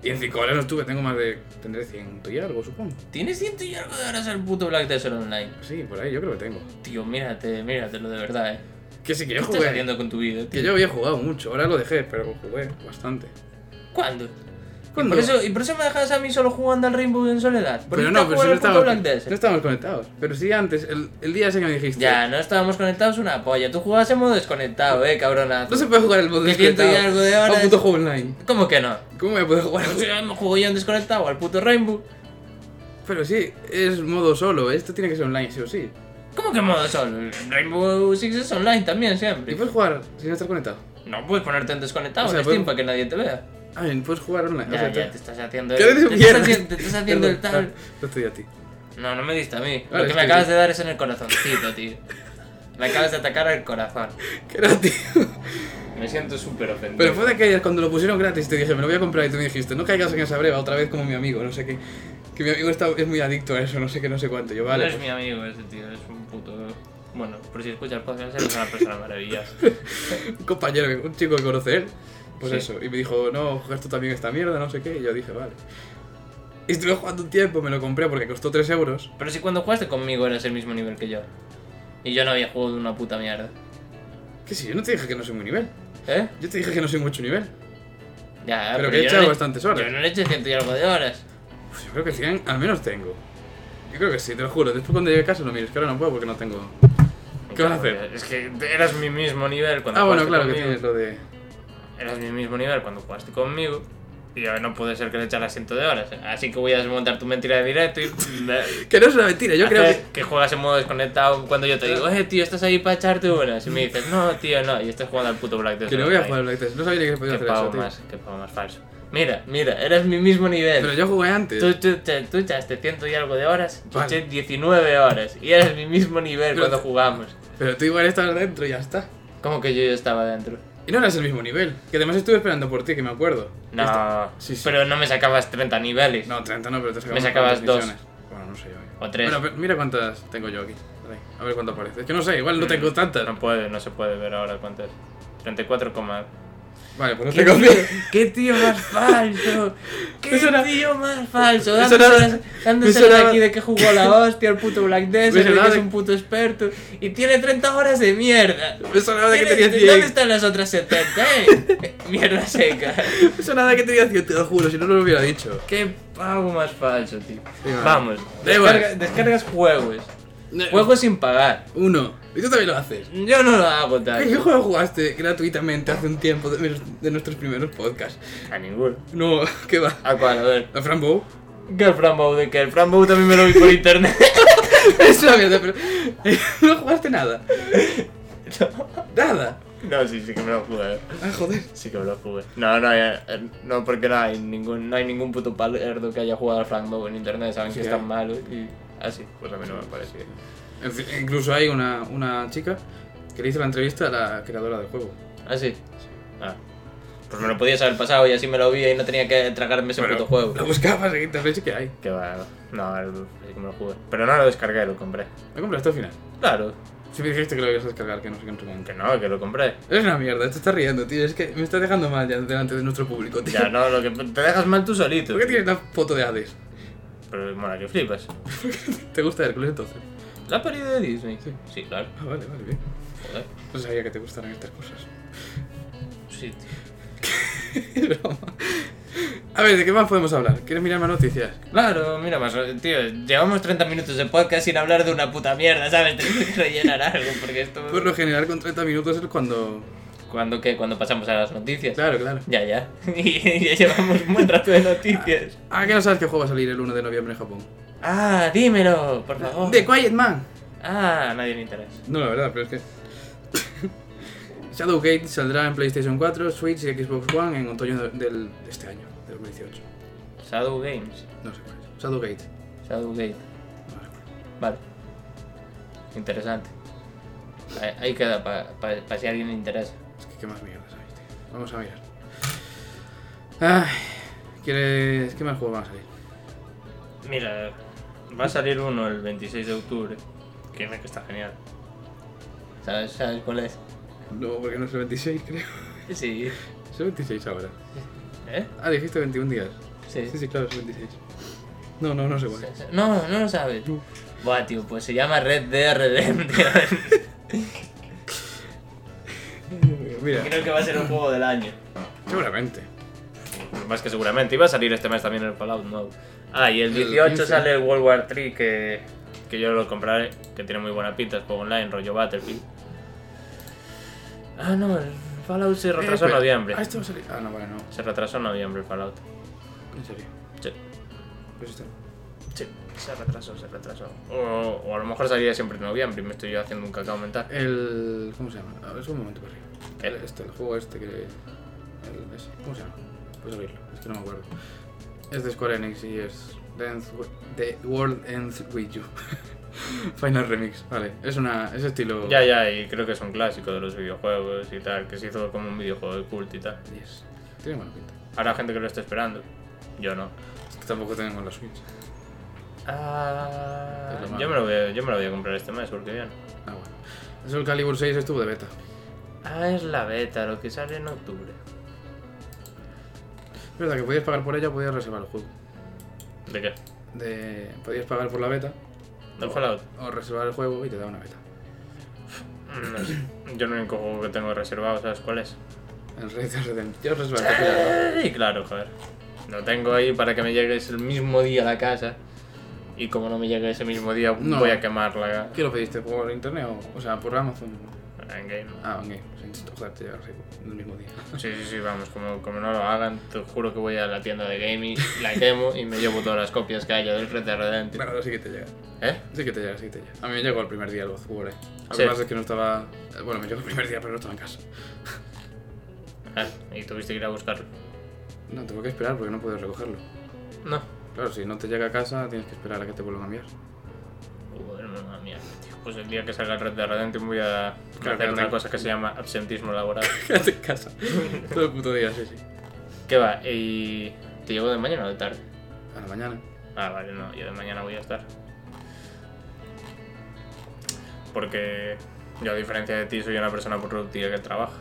S1: Y en 5 horas no estuve, tengo más de. Tendré 100 y algo, supongo.
S2: ¿Tienes ciento y algo de horas al puto Black Desert Online?
S1: Sí, por ahí, yo creo que tengo.
S2: Tío, mírate, míratelo de verdad, eh.
S1: Que sí, que
S2: ¿Qué
S1: yo
S2: estás
S1: jugué.
S2: haciendo con tu vida,
S1: Que
S2: tío?
S1: yo había jugado mucho, ahora lo dejé, pero jugué bastante.
S2: ¿Cuándo?
S1: ¿Cuándo?
S2: ¿Y por, eso, ¿Y por eso me dejas a mí solo jugando al Rainbow en soledad? ¿Por
S1: Pero
S2: qué
S1: no,
S2: te
S1: pero
S2: juego
S1: si no
S2: al puto
S1: estábamos,
S2: Black
S1: no
S2: Desert?
S1: estábamos conectados. Pero sí, antes, el, el día ese que me dijiste.
S2: Ya, no estábamos conectados una polla. Tú jugabas en modo desconectado, eh, cabrona.
S1: No se puede jugar el modo
S2: Que ciento y
S1: desconectado
S2: algo de
S1: a un
S2: horas.
S1: puto juego online.
S2: ¿Cómo que no?
S1: ¿Cómo me puedo jugar?
S2: Pues ya me juego yo en desconectado al puto Rainbow.
S1: Pero sí, es modo solo, esto tiene que ser online, sí o sí.
S2: ¿Cómo que modo solo? Rainbow Six es online también, siempre.
S1: Y puedes jugar sin estar conectado.
S2: No puedes ponerte en desconectado
S1: O sea,
S2: en Steam
S1: puedes-
S2: para que nadie te vea.
S1: Ah, bien, puedes jugar online.
S2: Ya,
S1: o sea,
S2: ya, te
S1: te-
S2: estás haciendo el...
S1: ¿Qué dices,
S2: te,
S1: mierda?
S2: estás haciendo, [laughs] te estás haciendo el
S1: Perdón,
S2: tal...
S1: ah, No estoy a ti. [laughs]
S2: No, no me diste a mí.
S1: Vale,
S2: Lo que
S1: es
S2: me
S1: que
S2: acabas
S1: sí.
S2: de dar es en el corazoncito, tío. Me acabas de atacar al corazón.
S1: Que era tío.
S2: Me siento súper ofendido.
S1: Pero fue de aquellas cuando lo pusieron gratis te dije, me lo voy a comprar y tú me dijiste, no caigas en esa breva otra vez como mi amigo, no sé qué. Que mi amigo está, es muy adicto a eso, no sé qué, no sé cuánto. Yo,
S2: No
S1: vale. pues.
S2: es mi amigo ese tío, es un puto... Bueno, por si escuchas podcast, eres una persona maravillosa.
S1: un compañero, que- un chico que conoce él, pues
S2: Sí.
S1: eso. Y me dijo, no, juegas tú también esta mierda, no sé qué. Y yo dije, vale. Y estuve jugando un tiempo, me lo compré porque costó 3 euros.
S2: Pero si cuando jugaste conmigo eras el mismo nivel que yo. Y yo no había jugado una puta mierda.
S1: Que sí, yo no te dije que no soy muy nivel.
S2: ¿Eh?
S1: Yo te dije que no soy mucho nivel.
S2: Ya,
S1: Pero que he
S2: yo
S1: echado
S2: no le-
S1: bastantes horas.
S2: Yo no le eché ciento y algo de horas.
S1: Pues yo creo que 100 al menos tengo. Yo creo que sí, te lo juro. Después cuando llegue a casa lo mires, que ahora no puedo porque no tengo... ¿Qué vas a hacer?
S2: Es que eras mi mismo nivel cuando
S1: Ah, bueno,
S2: jugaste
S1: claro que
S2: conmigo.
S1: tienes lo de...
S2: Eras mi mismo nivel cuando jugaste conmigo. Y ya no puede ser que le echaras ciento de horas. Así que voy a desmontar tu mentira de directo y.
S1: Que no es una mentira, [laughs] yo creo que...
S2: hacer que juegas en modo desconectado cuando yo te digo, eh, tío, estás ahí para echarte horas. Y me dices, no, tío, no. Y estás jugando al puto Black Desert.
S1: Que no voy a
S2: Online.
S1: jugar al Black Test. No sabía ni que se podía
S2: Qué
S1: hacer
S2: pavo
S1: eso, tío.
S2: más, qué pavo más falso. Mira, mira, eres mi mismo nivel.
S1: Pero yo jugué antes.
S2: Tú, tú, te- tú echaste ciento y algo de horas, yo
S1: Vale.
S2: eché 19 horas y eres mi mismo nivel
S1: Pero
S2: cuando
S1: te-
S2: jugamos.
S1: Pero tú igual estabas dentro y ya está.
S2: ¿Cómo que yo ya estaba dentro?
S1: Y no eras el mismo nivel. Que además estuve esperando por ti, que me acuerdo.
S2: No,
S1: Este, Sí, sí.
S2: pero no me sacabas 30 niveles.
S1: No, 30 no, pero te sacabas
S2: Me sacabas
S1: cuantas
S2: dos.
S1: misiones. Bueno, no sé yo.
S2: O tres.
S1: Bueno, pero mira cuántas tengo yo aquí. Ahí, A ver cuánto aparece. Es que no sé, igual no tengo tantas.
S2: Mm, No puede, no se puede ver ahora cuántas. 34, coma-
S1: Vale, pues no
S2: ¿Qué
S1: tengo
S2: tío, qué tío más
S1: [laughs]
S2: falso? ¿Qué
S1: Me suena-
S2: tío más falso?
S1: me
S2: Dándose,
S1: sonaba-
S2: las- dándose
S1: me
S2: las
S1: sonaba-
S2: aquí de que jugó la hostia, el puto Black Desert, de que
S1: sonaba
S2: es
S1: de-
S2: un puto experto. Y tiene 30 horas de mierda.
S1: [laughs] Me sonaba de que
S2: ¿Tienes-
S1: tenía 100.
S2: ¿Dónde están las otras 70, eh? [laughs] Mierda seca.
S1: Me sonaba de que tenía 100, te lo juro, si no, no lo hubiera dicho.
S2: Qué pavo más falso, tío.
S1: Sí, vale.
S2: Vamos,
S1: Da
S2: descarga-
S1: igual.
S2: descargas juegos.
S1: Ne-
S2: Juegos sin pagar.
S1: Uno. Y tú también lo haces.
S2: Yo no lo hago
S1: Ay, ¿Qué
S2: tal.
S1: juego jugaste gratuitamente hace un tiempo de, de nuestros primeros podcasts?
S2: A ninguno.
S1: No, [laughs] ¿qué va?
S2: ¿A cuál? A ver.
S1: ¿A Frambo?
S2: ¿Qué el Frambo de qué? El Frambo también me lo vi [laughs] por internet.
S1: [laughs] Es una mierda, pero. No jugaste nada. Nada.
S2: No, sí, sí que me lo jugué.
S1: Ah, joder.
S2: Sí que me lo jugué. No, no, ya, eh, no porque no hay ningún, no hay ningún puto palerdo que haya jugado al Frambo en internet. Saben
S1: Sí,
S2: que es
S1: hay.
S2: tan malo y así. pues a mí no me parece. bien.
S1: En fin, Incluso hay una, una chica que le hizo la entrevista a la creadora del juego.
S2: ¿Así? Ah. Pues me lo podías haber pasado y así me lo vi y no tenía que tragarme ese
S1: Bueno,
S2: puto juego.
S1: La buscabas en internet sí que hay.
S2: Que va, no, el- sí que me lo jugué. Pero no lo descargué, lo compré.
S1: ¿Lo compraste al final?
S2: Claro,
S1: Si me dijiste que lo ibas a descargar, que no sé qué en tu momento.
S2: que no, que lo compré.
S1: Es una mierda, te estás riendo, tío. Es que me estás dejando mal ya delante de nuestro público, tío.
S2: Ya, no, lo que te dejas mal tú solito.
S1: ¿Por qué tienes la foto de Hades?
S2: Pero mola que flipas.
S1: ¿Te gusta Hércules entonces?
S2: La peli de Disney.
S1: Sí.
S2: Sí, claro.
S1: Ah, vale, vale, bien.
S2: Joder.
S1: No sabía que te gustaran estas cosas. [laughs]
S2: Sí, tío.
S1: Es broma. a ver, ¿de qué más podemos hablar? ¿Quieres mirar más noticias?
S2: Claro, mira, más, tío, llevamos 30 minutos de podcast sin hablar de una puta mierda, ¿sabes? [laughs] Tenemos que rellenar algo, porque esto...
S1: Por lo general, con 30 minutos es cuando.
S2: ¿Cuándo qué? Cuando pasamos a las noticias.
S1: Claro, claro.
S2: Ya, ya. [laughs] Y ya llevamos un buen rato de noticias.
S1: Ah, que no sabes qué juego va a salir el 1 de noviembre en Japón.
S2: Ah, dímelo, por favor.
S1: The Quiet Man.
S2: Ah, a nadie le interesa.
S1: Oh. No, la verdad, pero es que. [laughs] Shadowgate saldrá en PlayStation 4, Switch y Xbox One en otoño de- del, de este año, de 2018.
S2: Shadow Games.
S1: No sé cuál es. Shadowgate.
S2: Shadow Gate.
S1: No sé cuál.
S2: Vale. Interesante. Ahí- Ahí queda para si a alguien le interesa.
S1: Es que qué más mierdas hay, tío. Vamos a mirar. Ay, ¿Quieres. ¿Qué más juegos van a salir?
S2: Mira, va a salir uno el 26 de octubre. Que me que está genial. ¿Sabes, ¿Sabes cuál es?
S1: No, porque no es el 26, creo.
S2: Sí.
S1: Es el 26 ahora.
S2: ¿Eh?
S1: Ah, dijiste 21 días.
S2: Sí.
S1: Sí, sí, claro, es 26. No, no, no sé cuál es.
S2: No, no lo sabes.
S1: No.
S2: Buah, tío, pues se llama Red Dead Redemption.
S1: Mira,
S2: [laughs] Creo que va a ser un juego del año.
S1: seguramente.
S2: Más que seguramente. Iba a salir este mes también el Fallout nuevo. Ah, y el 18
S1: 15.
S2: sale el World War 3 que, que yo lo compraré, que tiene muy buena pinta, es juego online, rollo Battlefield. Ah, no, el Fallout se retrasó
S1: Eh,
S2: en
S1: espera.
S2: noviembre.
S1: Ah, esto va a salir. Ah, no, vale, no.
S2: Se retrasó en noviembre el Fallout.
S1: En serio.
S2: Sí,
S1: Pues esto.
S2: sí, se retrasó, se retrasó. O, o a lo mejor salía siempre en noviembre y me estoy yo haciendo un cacao mental.
S1: El. ¿Cómo se llama? A ver, es un momento para arriba.
S2: ¿Qué?
S1: El, este, el juego este que. el- ese. ¿Cómo se llama? Puedes abrirlo, es que no me acuerdo. Es de Square Enix y es. The, Ends Wi- The World Ends With You. [laughs] Final Remix, vale. Es una. Es estilo.
S2: Ya, ya, y creo que es un clásico de los videojuegos y tal, que se hizo como un videojuego de cult y tal.
S1: Yes. Tiene buena pinta.
S2: Habrá gente que lo está esperando. Yo no.
S1: Es que tampoco tengo la Switch.
S2: Ah,
S1: Es lo malo.
S2: yo, me lo voy a, yo me lo voy a comprar este mes porque bien.
S1: Ah, bueno. El Soul Calibur 6 estuvo de beta.
S2: Ah, es la beta, lo que sale en octubre.
S1: Es verdad que podías pagar por ella, podías reservar el juego.
S2: ¿De qué?
S1: De... Podías pagar por la beta
S2: ¿Del Fallout?
S1: o reservar el juego y te da una beta.
S2: Mm, No sé. [clears throat] Yo el único juego que tengo reservado, ¿sabes cuál es?
S1: El Red Dead Redemption. Yo reservar el juego.
S2: Y claro, joder. Lo tengo ahí para que me llegues el mismo día a la casa. Y como no me llegue ese mismo día,
S1: No.
S2: voy a quemarla
S1: ¿Qué lo pediste? ¿Por internet o, o sea, por Amazon?
S2: en game.
S1: Ah, ok. Sí, joder, te llega el mismo día.
S2: Sí, sí, sí, vamos, como, como no lo hagan, te juro que voy a la tienda de gaming, la quemo y me llevo todas las copias que haya del Red Dead Redemption.
S1: Bueno, sí que te llega.
S2: ¿Eh?
S1: Sí que te llega, sí que te llega. A mí me llegó el primer día el juego, eh. Lo que
S2: Sí.
S1: pasa es que no estaba... eh, Bueno, me llegó el primer día, pero no estaba en casa.
S2: Ah, y tuviste que ir a buscarlo.
S1: No, tengo que esperar porque no puedo recogerlo.
S2: No.
S1: Claro, si no te llega a casa, tienes que esperar a que te vuelvan a enviar. [laughs]
S2: Joder, mamá mía. tío. Pues el día que salga el Red Dead Redemption voy a
S1: Claro,
S2: hacer
S1: claro,
S2: una
S1: claro.
S2: cosa que se llama absentismo laboral.
S1: Quédate en casa. Todo el puto día, sí, sí.
S2: ¿Qué va? ¿Y te llevo de mañana o de tarde?
S1: A la mañana.
S2: Ah, vale, no, yo de mañana voy a estar. Porque yo, a diferencia de ti, soy una persona productiva que trabaja.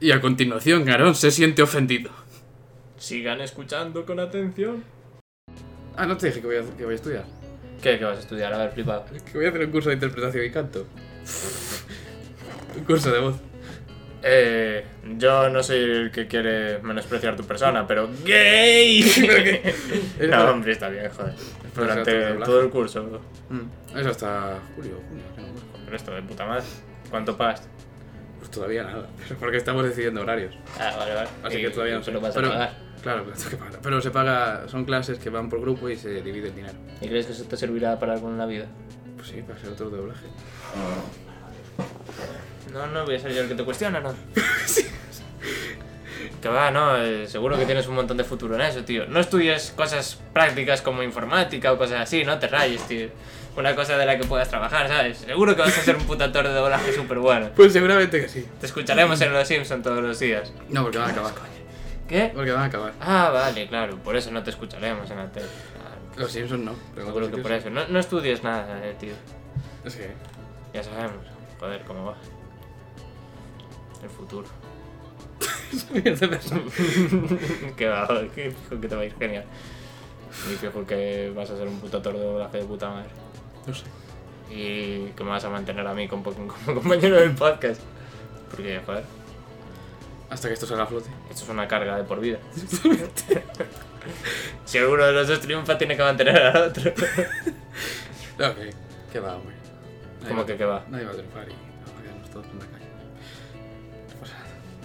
S1: Y a continuación, Garón se siente ofendido.
S2: Sigan escuchando con atención.
S1: Ah, no te dije que voy a, que voy a estudiar.
S2: ¿Qué? ¿Qué vas a estudiar? A ver, flipado.
S1: Que voy a hacer un curso de interpretación y canto. un curso de voz.
S2: Eh, yo no soy el que quiere menospreciar tu persona, pero ¡Gay! [laughs] no, hombre, está bien, joder.
S1: Pues Espera,
S2: Durante
S1: doblaje.
S2: todo el curso.
S1: Mm, Es hasta julio, junio, que no me acuerdo.
S2: Pero esto de puta madre. ¿Cuánto pagas?
S1: Pues todavía nada. [laughs] Pero porque estamos decidiendo horarios.
S2: Ah, vale, vale.
S1: Así
S2: Y-
S1: que todavía no
S2: pero
S1: sé.
S2: vas a
S1: Pero-
S2: pagar.
S1: Claro, pero tengo que pagar. Pero se paga, son clases que van por grupo y se divide el dinero.
S2: ¿Y crees que eso te servirá para algo en la vida?
S1: Pues sí, para ser otro doblaje.
S2: No, no, voy a ser yo el que te cuestiona, ¿no? Que va, no, eh, seguro que tienes un montón de futuro en eso, tío. No estudies cosas prácticas como informática o cosas así, no te rayes, tío. Una cosa de la que puedas trabajar, ¿sabes? Seguro que vas a ser un puto actor de doblaje súper bueno.
S1: Pues seguramente que sí.
S2: Te escucharemos en Los Simpson todos los días.
S1: No, porque van a acabar.
S2: ¿Qué?
S1: Porque van a acabar.
S2: Ah, vale, claro, por eso no te escucharemos en la tele. Claro,
S1: Los Simpsons no. Pero en
S2: seguro que
S1: otros
S2: por eso. No, no estudies nada, eh, tío.
S1: sitios- Sí.
S2: Ya sabemos. Joder, cómo va. El futuro.
S1: Mierda, pero-
S2: que va, que fijo que te va a ir genial. Y fijo que vas a ser un puto actor de doblaje de puta madre.
S1: No sé.
S2: Y que me vas a mantener a mí como, como compañero del podcast. Porque, joder,
S1: Hasta que esto salga a flote.
S2: esto es una carga de por vida. [laughs] si alguno de los dos triunfa, tiene que mantener al otro.
S1: Ok. ¿Qué va, hombre? Nadie
S2: ¿Cómo
S1: va-
S2: que qué va?
S1: Nadie va a triunfar y vamos a quedarnos todos en la calle.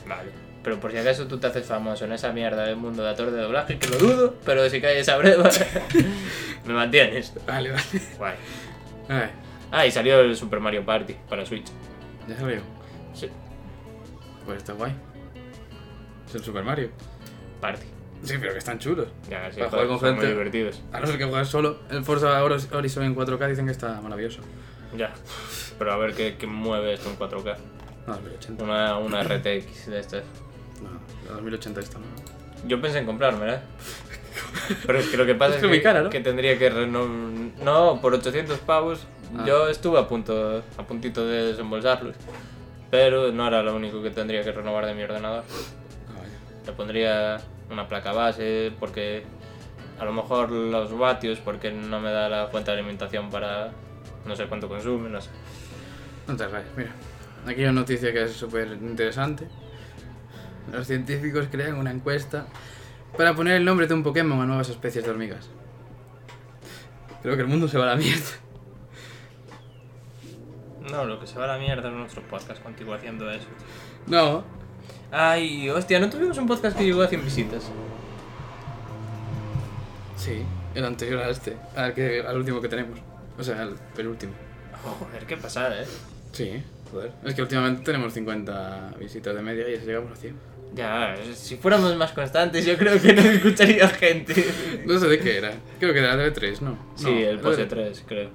S2: Vale. Pero por si acaso tú te haces famoso en esa mierda del mundo de actor de doblaje, que lo dudo, pero si caes
S1: [laughs]
S2: a breva, me mantienes.
S1: Vale, vale.
S2: Guay.
S1: A ver,
S2: Ah, y salió el Super Mario Party para Switch.
S1: ya salió.
S2: Sí,
S1: Pues está guay. Es el Super Mario.
S2: Party.
S1: Sí, pero que están chulos.
S2: Ya, sí,
S1: Para
S2: joder,
S1: jugar con
S2: son muy
S1: gente.
S2: divertidos.
S1: A no ser que juegas solo, el Forza Horos- Horizon en 4K dicen que está maravilloso. [laughs]
S2: Ya. Pero a ver qué, qué mueve esto en 4K.
S1: No, 2080.
S2: Una, una RTX de estas.
S1: No, la 2080 está, ¿no?
S2: Yo pensé en comprármela. Pero es que lo que pasa
S1: Es
S2: es
S1: que
S2: que,
S1: muy cara, ¿no?
S2: que tendría que reno- No, por 800 pavos
S1: Ah.
S2: yo estuve a punto a puntito de desembolsarlos. Pero no era lo único que tendría que renovar de mi ordenador.
S1: Ah, vaya.
S2: Le pondría una placa base porque a lo mejor los vatios porque no me da la fuente de alimentación para no sé cuánto consume, no sé.
S1: No te rayes, mira. Aquí hay una noticia que es súper interesante. Los científicos crean una encuesta para poner el nombre de un Pokémon a nuevas especies de hormigas. Creo que el mundo se va a la mierda.
S2: No, lo que se va a la mierda es nuestro podcast contigo haciendo eso.
S1: No,
S2: Ay, hostia, ¿no tuvimos un podcast que llegó a 100 visitas?
S1: sí, el anterior a este, al, que, al último que tenemos. O sea, al penúltimo.
S2: Joder, qué pasada, eh.
S1: Sí, joder. Es que últimamente tenemos 50 visitas de media y así llegamos a 100.
S2: Ya, si fuéramos más constantes, yo creo que nos escucharía gente.
S1: No sé de qué era. Creo que era de 3, ¿no?
S2: Sí, el pose 3, creo.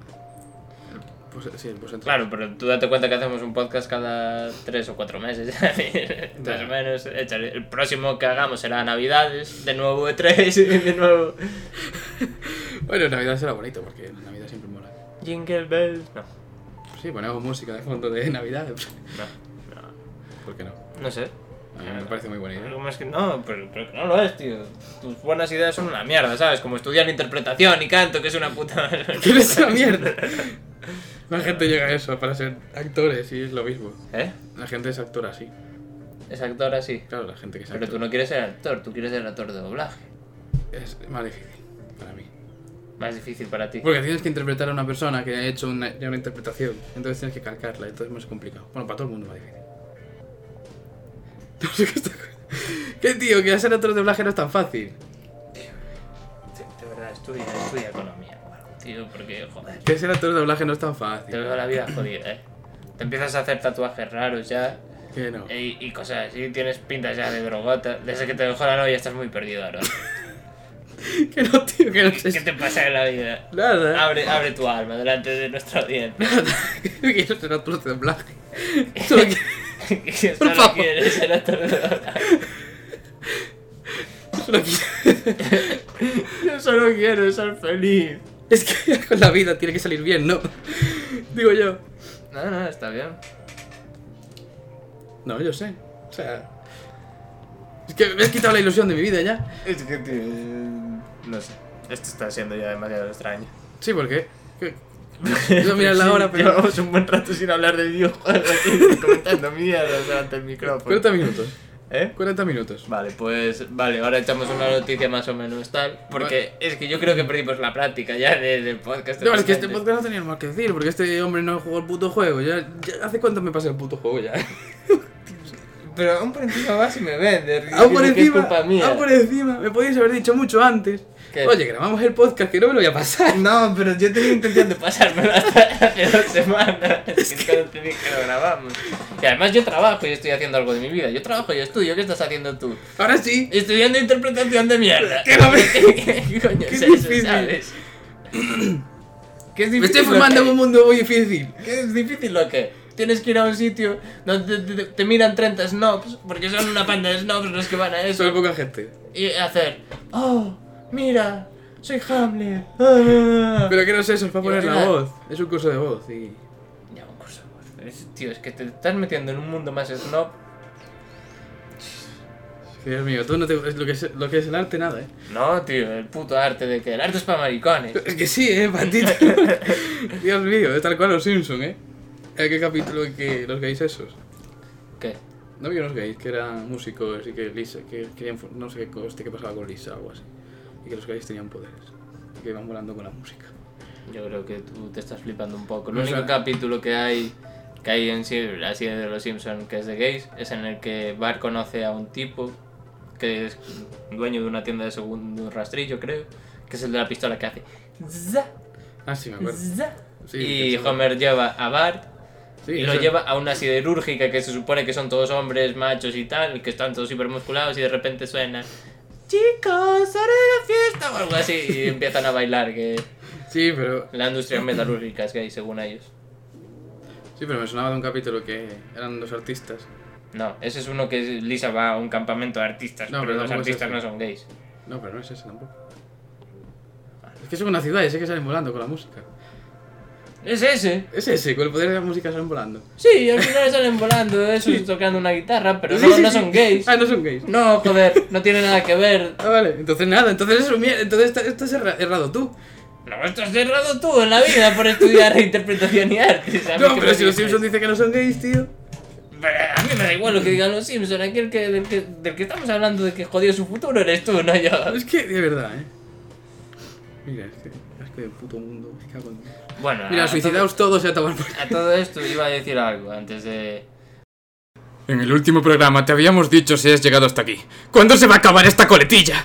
S1: Pose- Pues, sí, el pose 3.
S2: Claro, pero tú date cuenta que hacemos un podcast cada 3 o 4 meses. [laughs] más o menos. échale. El próximo que hagamos será Navidades, de nuevo E3, [laughs] de nuevo.
S1: Bueno, Navidad será bonito porque la Navidad siempre mola.
S2: Jingle Bell. No,
S1: Sí, ponemos música de fondo de Navidad. [laughs]
S2: no, no.
S1: ¿Por qué no?
S2: No sé.
S1: A mí me parece muy buena idea. [laughs]
S2: Algo más que no, pero, pero que no lo es, tío. Tus buenas ideas son una mierda, ¿sabes? Como estudiar interpretación y canto, que es una puta. [laughs]
S1: ¿Qué es esa mierda? La gente llega a eso para ser actores y es lo mismo.
S2: ¿Eh?
S1: La gente es actora, sí.
S2: Es actor así.
S1: Claro, la gente que es
S2: Pero tú
S1: actora
S2: no quieres ser actor, tú quieres ser actor de doblaje.
S1: es más difícil para mí.
S2: Más difícil para ti.
S1: Porque tienes que interpretar a una persona que ha hecho una, ya una interpretación, entonces tienes que calcarla, entonces es más complicado. Bueno, para todo el mundo es más difícil. [laughs] No sé qué está... [laughs] ¿Qué tío? Que hacer otro doblaje no es tan fácil.
S2: De- De verdad, estudia, estudia economía o algo, tío, porque, joder,
S1: Que hacer otro doblaje no es tan
S2: te
S1: fácil.
S2: veo la vida jodida, ¿eh? Te empiezas a hacer tatuajes raros ya
S1: Que no.
S2: y, y cosas así, tienes pintas ya de drogota. Desde que te dejó la novia estás muy perdido [laughs] ahora.
S1: [laughs] Que no, tío, que no sé.
S2: ¿Qué te pasa en la vida?
S1: Nada.
S2: Abre, abre tu alma delante de
S1: [laughs]
S2: nuestra audiencia.
S1: Quiero ser otro doblaje. Solo quiero-
S2: [laughs] Que
S1: Por
S2: Solo
S1: favor.
S2: quieres ser actor de doblaje.
S1: [laughs] solo quiero-
S2: Yo solo quiero ser feliz.
S1: [laughs] Es que [laughs] con la vida tiene que salir bien, ¿no? [laughs] Digo yo.
S2: No, no, está bien.
S1: No, yo sé. O sea. Es que me has quitado la ilusión de mi vida ya.
S2: Es que, tío, no sé. Esto está siendo ya demasiado extraño.
S1: Sí, ¿por qué? ¿Qué?
S2: Ah,
S1: Yo mirar la hora, pero.
S2: Llevamos un buen rato sin hablar de videojuegos, [laughs] tío, comentando mierdas delante del micrófono.
S1: 40 minutos.
S2: ¿Eh?
S1: 40 minutos.
S2: Vale, pues vale, ahora echamos una noticia más o menos tal, porque es que yo creo que perdimos la práctica ya de- del podcast.
S1: No, es que
S2: totalmente.
S1: este podcast no tenía más que decir, porque este hombre no jugó el puto juego. Ya, ya- ¿Hace cuánto me pasé el puto juego
S2: [laughs]
S1: ya?
S2: Pero aún por encima vas y me vendes.
S1: Aún por
S2: dices que es
S1: encima,
S2: culpa mía.
S1: aún por encima, me podíais haber dicho mucho antes.
S2: ¿Qué?
S1: Oye, grabamos el podcast que no me lo voy a
S2: [laughs]
S1: pasar.
S2: No, pero yo tenía intención de pasármelo hasta [laughs] hace dos semanas. [laughs] Es que cuando te dije que lo grabamos. Y además yo trabajo y estoy haciendo algo de mi vida. Yo trabajo y estudio. ¿Qué estás haciendo tú?
S1: Ahora sí,
S2: Estudiando interpretación de [laughs] mierda.
S1: que no me...
S2: ¿Qué coño
S1: Qué
S2: es eso,
S1: difícil.
S2: sabes? ¿Qué es
S1: me
S2: difícil
S1: estoy formando en
S2: lo
S1: un mundo muy difícil.
S2: que- ¿Qué es difícil lo que? Tienes que ir a un sitio donde te, te- te miran 30 snobs, porque son una panda de snobs los que van a
S1: Soy
S2: eso,
S1: poca gente.
S2: y hacer, oh, mira, soy Hamlet. ah".
S1: Pero que no sé, eso es para
S2: Yo
S1: poner la
S2: era-
S1: voz. Es un curso de voz y.
S2: Ya, un curso de voz. Es- Tío, es que te estás metiendo en un mundo más snob.
S1: Dios mío, tú no te. es Lo que es, lo que es el arte, nada, eh.
S2: No, tío, el puto arte de que el arte es para maricones.
S1: Es que sí, eh,
S2: [laughs]
S1: patito. Dios mío, es tal cual los Simpson, eh. ¿En qué capítulo que los gays esos?
S2: ¿Qué?
S1: No había unos gays que eran músicos y que Lisa, que querían, fu- no sé qué coste que pasaba con Lisa o algo así. Y que los gays tenían poderes. Y que iban volando con la música.
S2: Yo creo que tú te estás flipando un poco. El
S1: No
S2: único
S1: sé.
S2: capítulo que hay que hay en sí, así de los Simpsons, que es de gays, es en el que Bart conoce a un tipo que es dueño de una tienda de segundo rastrillo, creo, que es el de la pistola que hace za,
S1: Ah, sí, me
S2: [laughs]
S1: acuerdo.
S2: za.
S1: Sí,
S2: y
S1: que sí.
S2: Homer lleva a Bart
S1: Sí,
S2: y lo
S1: eso-
S2: lleva a una siderúrgica que se supone que son todos hombres, machos y tal, que están todos hipermusculados y de repente suena Chicos, hora de la fiesta o algo así y empiezan a bailar que
S1: Sí, pero.
S2: la industria metalúrgica es gay según ellos.
S1: Sí, pero me sonaba de un capítulo que eran dos artistas.
S2: No, ese es uno que Lisa va a un campamento de artistas,
S1: No,
S2: pero,
S1: pero
S2: los
S1: tampoco es
S2: artistas
S1: ese.
S2: no son gays.
S1: No, pero no es ese tampoco. Es que es una ciudad y sé que salen volando con la música.
S2: Es ese.
S1: Es ese, con el poder de la música salen volando.
S2: Sí, al final salen volando esos tocando una guitarra, pero
S1: Sí,
S2: no,
S1: sí,
S2: no
S1: sí.
S2: son
S1: [laughs]
S2: gays.
S1: Ah, no son gays.
S2: No, joder, no tiene nada que ver.
S1: Ah, vale. Entonces nada, entonces eso, mierda, entonces estás erra- errado tú.
S2: No, estás cerrado tú en la vida por estudiar interpretación y arte. ¿sabes
S1: No,
S2: qué
S1: pero
S2: me
S1: si los
S2: dices?
S1: Simpsons dicen que no son gays, tío.
S2: Pero a mí me da igual lo que digan los Simpsons, aquel que, del, que, del que estamos hablando de que jodió su futuro eres tú, no yo.
S1: Es que, de verdad, eh. Mira, es que, es que puto mundo. me cago en-
S2: Bueno,
S1: Mira,
S2: a,
S1: suicidaos todos y a tomar por
S2: todo, a todo esto iba a decir algo antes de...
S1: En el último programa te habíamos dicho si has llegado hasta aquí. ¿Cuándo se va a acabar esta coletilla?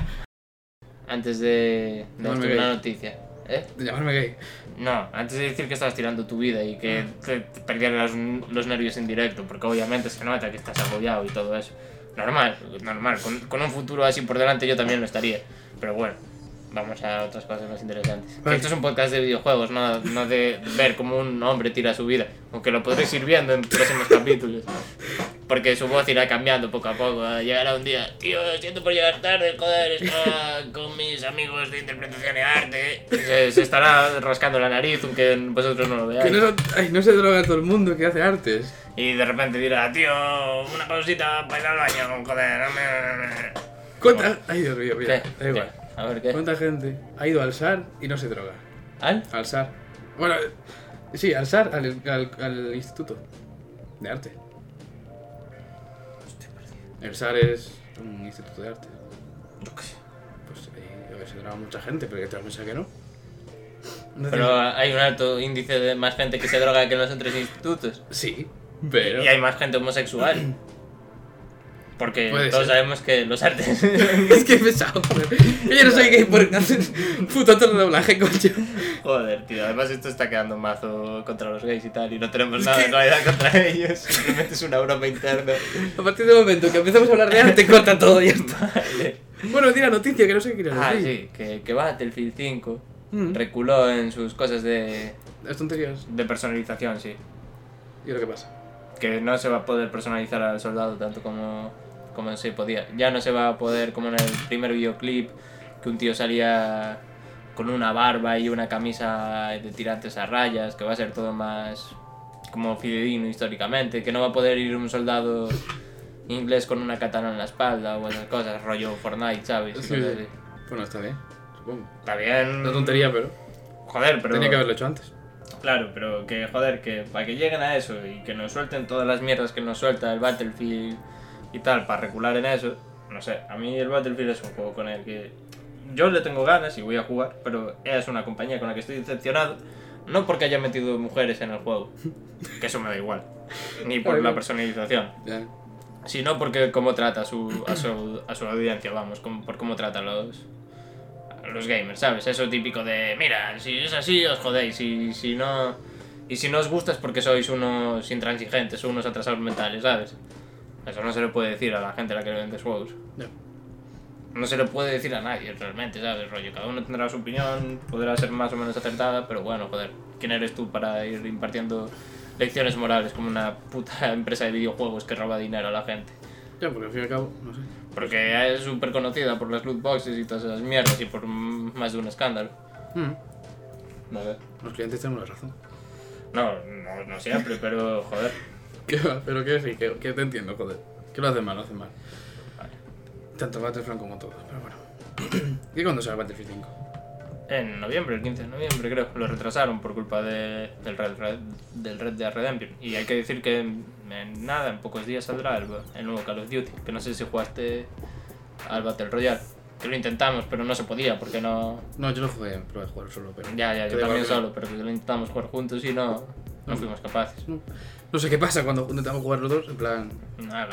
S2: Antes de... de
S1: No me
S2: esto,
S1: veis.
S2: una noticia. ¿Eh?
S1: De llamarme gay.
S2: No, antes de decir que estabas tirando tu vida y que
S1: Ah.
S2: te, te perdían los, los nervios en directo, porque obviamente se nota que estás agobiado y todo eso. Normal, normal. Con, con un futuro así por delante yo también lo estaría. Pero bueno, vamos a otras cosas más interesantes. Que
S1: Vale.
S2: Esto es un podcast de videojuegos, no, no de ver cómo un hombre tira su vida. Aunque lo podréis ir viendo en próximos capítulos. Porque su voz irá cambiando poco a poco. Llegará un día, tío, siento por llegar tarde, joder,
S1: [laughs]
S2: estaba con mis amigos de interpretación y arte. Se, se estará rascando la nariz, aunque vosotros no lo
S1: Que
S2: veáis.
S1: no, ay, no se droga todo el mundo que hace artes.
S2: Y de repente dirá, tío, una pausita para ir al baño, joder. no me-
S1: ¿Cuánta? Ay, Dios mío, mira.
S2: ¿Qué?
S1: Da igual.
S2: ¿Qué? A ver, ¿qué?
S1: ¿Cuánta gente ha ido al SAR y no se droga?
S2: ¿Al?
S1: Al SAR. Bueno, eh, sí, al SAR, al, al- al Instituto de Arte. El SAR es un instituto de arte.
S2: Yo qué sé.
S1: Pues ahí a ver, se droga mucha gente, pero que te vas a pensar que no. Entonces-
S2: Pero hay un alto índice de más gente que se droga que en los otros institutos.
S1: Sí, pero.
S2: Y hay más gente homosexual. Porque
S1: Puede
S2: todos
S1: ser.
S2: sabemos que los
S1: [laughs]
S2: artes.
S1: [laughs] es que he pensado, joder. Yo no soy gay por hacer puto otro doblaje, coño.
S2: Joder, tío, además esto está quedando mazo contra los gays y tal, y no tenemos nada en realidad contra ellos, simplemente es una broma interna.
S1: A partir del momento que empezamos a hablar de arte, corta todo y ya está.
S2: Vale.
S1: Bueno, di la noticia, que no sé qué quería
S2: Ah,
S1: decir.
S2: sí, que, que Battlefield 5
S1: Mm.
S2: reculó en sus cosas de,
S1: Las tonterías.
S2: de personalización, sí.
S1: ¿Y lo que pasa?
S2: Que no se va a poder personalizar al soldado tanto como, como se podía. Ya no se va a poder, como en el primer videoclip, que un tío salía con una barba y una camisa de tirantes a rayas, que va a ser todo más como fidedigno históricamente, que no va a poder ir un soldado inglés con una katana en la espalda o esas cosas, rollo Fortnite, ¿sabes? Y
S1: Sí,
S2: cosas
S1: sí.
S2: así.
S1: Bueno, está bien, supongo.
S2: Está bien.
S1: Una tontería, pero.
S2: Joder, pero.
S1: Tenía que haberlo hecho antes.
S2: Claro, pero que joder, que para que lleguen a eso y que nos suelten todas las mierdas que nos suelta el Battlefield y tal, para recular en eso, no sé, a mí el Battlefield es un juego con el que yo le tengo ganas y voy a jugar, pero es una compañía con la que estoy decepcionado, no porque haya metido mujeres en el juego, que eso me da igual, ni por la personalización,
S1: Ya.
S2: sino porque cómo trata a su, a su, a su audiencia, vamos, cómo- por cómo trata a los, a los gamers, ¿sabes? Eso típico de, mira, si es así os jodéis, y si no, y si no os gusta es porque sois unos intransigentes, unos atrasados mentales, ¿sabes? Eso no se le puede decir a la gente a la que le vendes juegos.
S1: Ya.
S2: No se le puede decir a nadie realmente, ¿sabes? Rollo, cada uno tendrá su opinión, podrá ser más o menos acertada, pero bueno, joder, ¿quién eres tú para ir impartiendo lecciones morales como una puta [laughs] empresa de videojuegos que roba dinero a la gente?
S1: Ya, porque al fin y al cabo, no sé.
S2: Porque es súper conocida por las loot boxes y todas esas mierdas y por mm, más de un escándalo.
S1: Mm,
S2: Vale.
S1: Los clientes tenemos la razón.
S2: No, no, no siempre, pero joder.
S1: ¿Qué va? Pero que sí, que, que te entiendo, joder. Que lo hacen mal, lo hacen mal. Tanto Battlefront como todo, pero bueno. [clears throat] ¿Y cuándo sale Battlefield 5?
S2: En noviembre, el 15 de noviembre creo, lo retrasaron por culpa de- del, Red, Red- del Red Dead Redemption. Y hay que decir que en, en nada, en pocos días saldrá el, el nuevo Call of Duty, que no sé si jugaste al Battle Royale. Que lo intentamos, pero no se podía porque no...
S1: No, yo lo jugué, probé a jugar solo, pero.
S2: Ya, ya, yo
S1: Pero
S2: también
S1: igual que-
S2: solo, pero que lo intentamos jugar juntos y no, no fuimos capaces.
S1: No, no sé qué pasa cuando intentamos jugar los dos, en plan.
S2: Nada,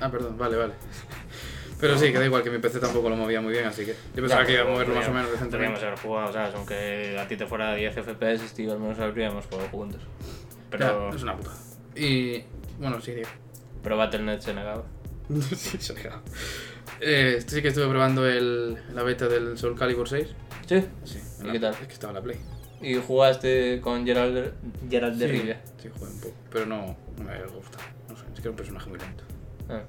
S1: Ah, perdón, vale, vale. [laughs] Pero sí, que da igual que mi PC tampoco lo movía muy bien, así que. Yo pensaba que iba a moverlo más o menos
S2: Podríamos
S1: decentemente.
S2: haber jugado, ¿sabes? Aunque a ti te fuera 10 FPS, tío, al menos habríamos jugado juntos. Pero,
S1: Ya, es una putada. Y. Bueno, sí, digo.
S2: pero Battle.net se negaba.
S1: [laughs] sí, se ha dejado. Eh, este sí que estuve probando el, la beta del Soul Calibur 6.
S2: ¿Sí?
S1: Sí,
S2: ¿Y
S1: en la-
S2: qué tal?
S1: Es que estaba en la Play.
S2: ¿Y jugaste con Gerald, Gerald de
S1: sí,
S2: Rivia?
S1: sí, jugué un poco. Pero no, no me gusta. No sé, es que era un personaje muy lento.
S2: Ah.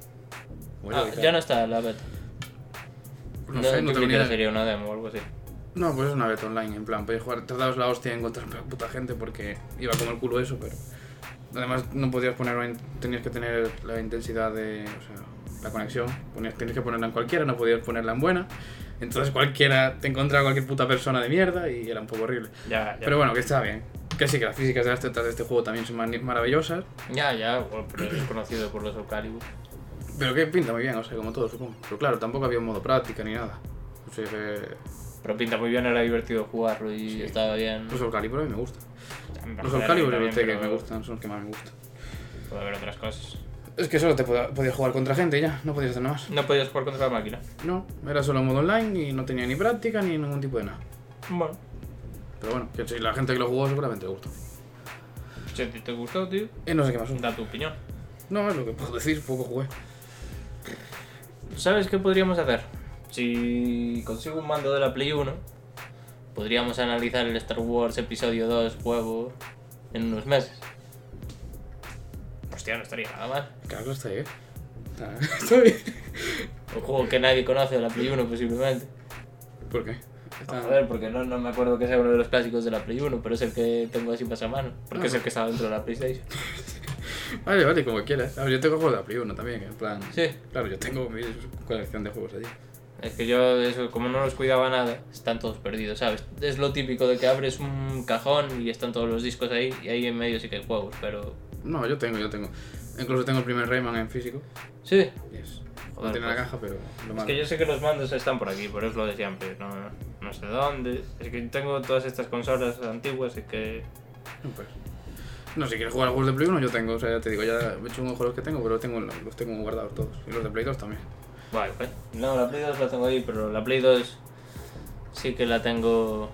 S1: Huele a
S2: Ah,
S1: guitarra.
S2: ya no está la beta.
S1: No, sé, no
S2: yo
S1: tengo
S2: creí
S1: ni
S2: que
S1: idea.
S2: sería una demo o algo así.
S1: No, pues es una beta online, en plan, podía jugar, tardaos la hostia en encontrar puta gente porque iba como el culo eso, pero... Además, no podías ponerlo en... Tenías que tener la intensidad de... O sea, la conexión. Ponías, tenías que ponerla en cualquiera, no podías ponerla en buena. Entonces cualquiera... Te encontraba cualquier puta persona de mierda y era un poco horrible.
S2: Ya, ya.
S1: Pero bueno, que está bien. Que sí, que las físicas de las tetas de este juego también son mani- maravillosas.
S2: Ya, ya, bueno, pero es conocido por los Ocalibur.
S1: Pero que pinta muy bien, o sea, como todo, supongo. Pero claro, tampoco había un modo práctica ni nada. eh, O sea que...
S2: Pero pinta muy bien, era divertido jugarlo y
S1: Sí.
S2: estaba bien.
S1: Los Calibur a mí me gusta. Los
S2: Joder,
S1: Calibur y
S2: también,
S1: los Tekken
S2: pero
S1: me gustan, son los que más me gustan.
S2: Puede haber otras cosas.
S1: Es que solo te poda- podías jugar contra gente y ya, no podías hacer nada más.
S2: No podías jugar contra la máquina.
S1: No, era solo modo online y no tenía ni práctica ni ningún tipo de nada.
S2: Bueno.
S1: Pero bueno, que si la gente que lo jugó seguramente le gustó.
S2: Si a ti te gustó, tío,
S1: Y no sé qué más.
S2: da tu opinión.
S1: No, es lo que puedo decir, poco jugué.
S2: ¿Sabes qué podríamos hacer? Si consigo un mando de la Play 1, podríamos analizar el Star Wars Episodio 2 juego en unos meses. Hostia, no estaría nada mal.
S1: Claro, está bien. Ah, [laughs] Está bien.
S2: Un juego que nadie conoce de la Play 1 posiblemente.
S1: ¿Por qué? Está-
S2: Joder, porque no, no me acuerdo que sea uno de los clásicos de la Play 1, pero es el que tengo así más a mano. Porque es el que estaba dentro de la PlayStation.
S1: Vale, vale, como quieras. A ver, yo tengo juegos de la Play 1 también, en plan...
S2: Sí.
S1: Claro, yo tengo mi colección de juegos allí.
S2: Es que yo, eso, como no los cuidaba nada, están todos perdidos, ¿sabes? Es lo típico de que abres un cajón y están todos los discos ahí, y ahí en medio sí que hay juegos, pero.
S1: No, yo tengo, yo tengo. Incluso tengo el primer Rayman en físico.
S2: Sí.
S1: Yes. no
S2: Joder,
S1: tiene la
S2: pues.
S1: caja, pero lo
S2: Es
S1: malo.
S2: que yo sé que los mandos están por aquí, pero es lo de siempre, no, no sé dónde. Es que tengo todas estas consolas antiguas y que.
S1: No, pues. No, si quieres jugar a juegos de Play 1, yo tengo. O sea, ya te digo, ya he hecho un ojo a los que tengo, pero los tengo, los tengo guardados todos. Y los de Play 2 también.
S2: Vale, pues. No, la Play 2 la tengo ahí, pero la Play 2 sí que la tengo.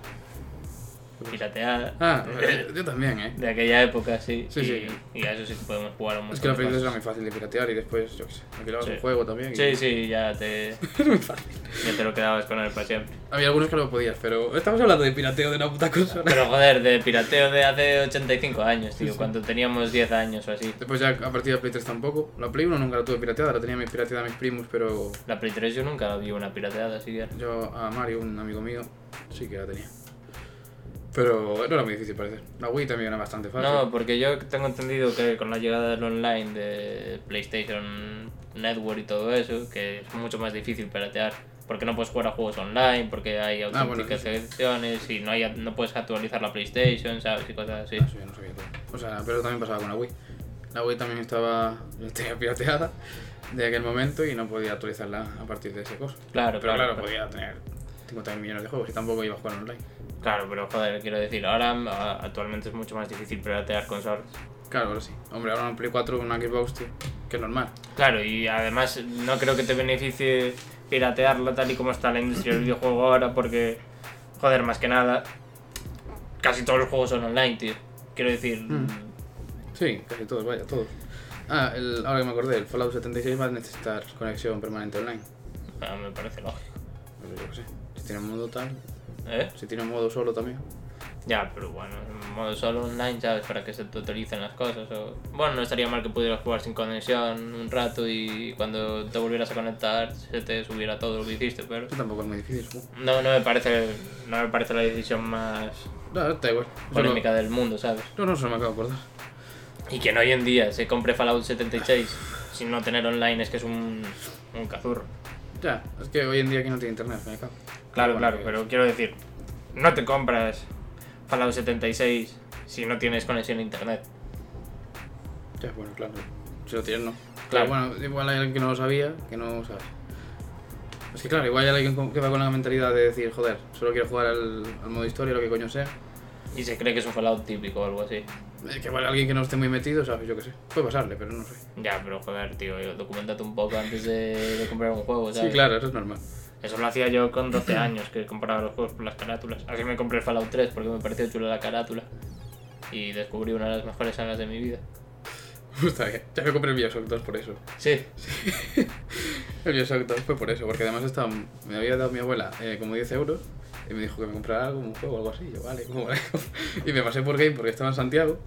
S2: pirateada.
S1: Ah, eh, yo también, ¿eh?
S2: De aquella época, sí.
S1: Sí,
S2: y,
S1: sí.
S2: y a eso sí que podemos jugar a un
S1: Es
S2: montón
S1: que la
S2: de
S1: Play 2
S2: cosas.
S1: era muy fácil de piratear y después, yo qué sé, alquilabas
S2: Sí.
S1: un juego también. y-
S2: Sí, sí, ya
S1: [laughs]
S2: te. Ya te lo quedabas con él para siempre.
S1: Había algunos que lo podías, pero estamos hablando de pirateo de una puta consola.
S2: Pero joder, de pirateo de hace 85 años, tío, cuando teníamos 10 años o así.
S1: Después ya a partir de Play 3 tampoco. La Play 1 nunca la tuve pirateada, la tenía mi pirateada a mis primos, pero
S2: La Play 3 yo nunca la vi una pirateada así. ya.
S1: yo a Mario, un amigo mío, sí que la tenía. Pero no era muy difícil parecer. La Wii también era bastante fácil.
S2: No, porque yo tengo entendido que con la llegada del online de PlayStation Network y todo eso, que es mucho más difícil piratear. Porque no puedes jugar a juegos online, porque hay
S1: bueno,
S2: autenticaciones y no, hay, no puedes actualizar la PlayStation, ¿sabes? Y cosas así.
S1: Ah, eso yo no sabía todo. O sea, pero eso también pasaba con la Wii. La Wii también estaba, [laughs] la tenía pirateada de aquel momento y no podía actualizarla a partir de ese cosa.
S2: Claro,
S1: Pero
S2: claro,
S1: claro, podía tener 50 millones de juegos y tampoco iba a jugar online.
S2: Claro, pero joder, quiero decir, ahora a- actualmente es mucho más difícil piratear consolas.
S1: Claro, ahora sí. Hombre, ahora un Play 4 una Xbox, tío, que es normal.
S2: Claro, y además no creo que te beneficie piratearla tal y como está la industria del videojuego ahora, porque, joder, más que nada, casi todos los juegos son online, tío. Quiero decir, mm,
S1: Sí, casi todos, vaya, todos. Ah, el- ahora que me acordé, el Fallout 76 va a necesitar conexión permanente online.
S2: ah, me parece lógico.
S1: Pues yo qué sé. Si tiene un modo tal,
S2: ¿Eh?
S1: si tiene un modo solo también. pues
S2: Ya, pero bueno, en modo solo online, ¿sabes? Para que se te actualicen las cosas. O... Bueno, no estaría mal que pudieras jugar sin conexión un rato y cuando te volvieras a conectar se te subiera todo lo que hiciste, pero...
S1: Eso tampoco es muy difícil, supongo.
S2: No, no me parece, no me parece la decisión más
S1: No, está igual. Eso
S2: polémica del mundo, ¿sabes?
S1: No, no, no, se me acabo de acordar.
S2: Y que no hoy en día se compre Fallout 76 sin no tener online es que es un, un cazurro.
S1: Ya, es que hoy en día aquí no tiene internet, me acabo.
S2: Claro,
S1: Bueno,
S2: claro,
S1: que-
S2: pero quiero decir, no te compras Fallout 76 si no tienes conexión a internet.
S1: Ya, bueno, claro. Si lo tienes, no.
S2: Claro.
S1: Claro, bueno, igual hay alguien que no lo sabía, que no sabe. Es que claro, igual hay alguien con- que va con la mentalidad de decir, joder, solo quiero jugar al, al modo historia, lo que coño sea.
S2: Y se cree que es un Fallout típico o algo así.
S1: Es que igual alguien que no esté muy metido, ¿sabes? Yo qué sé. Puede pasarle, pero no sé.
S2: Ya, pero joder, tío, documentate un poco antes de, de comprar un juego, ¿sabes?
S1: Sí, claro, eso es normal. [laughs]
S2: Eso lo hacía yo con 12 años, que compraba los juegos por las carátulas. Así me compré Fallout 3 porque me pareció chula la carátula. Y descubrí una de las mejores sagas de mi vida.
S1: Está bien. Ya me compré el Bioshock 2 por eso.
S2: Sí,
S1: El Bioshock 2 fue por eso, porque además estaba, me había dado mi abuela eh, como 10 euros y me dijo que me comprara algo, un juego o algo así. Yo, vale, ¿cómo vale? [laughs] Y me pasé por Game porque estaba en Santiago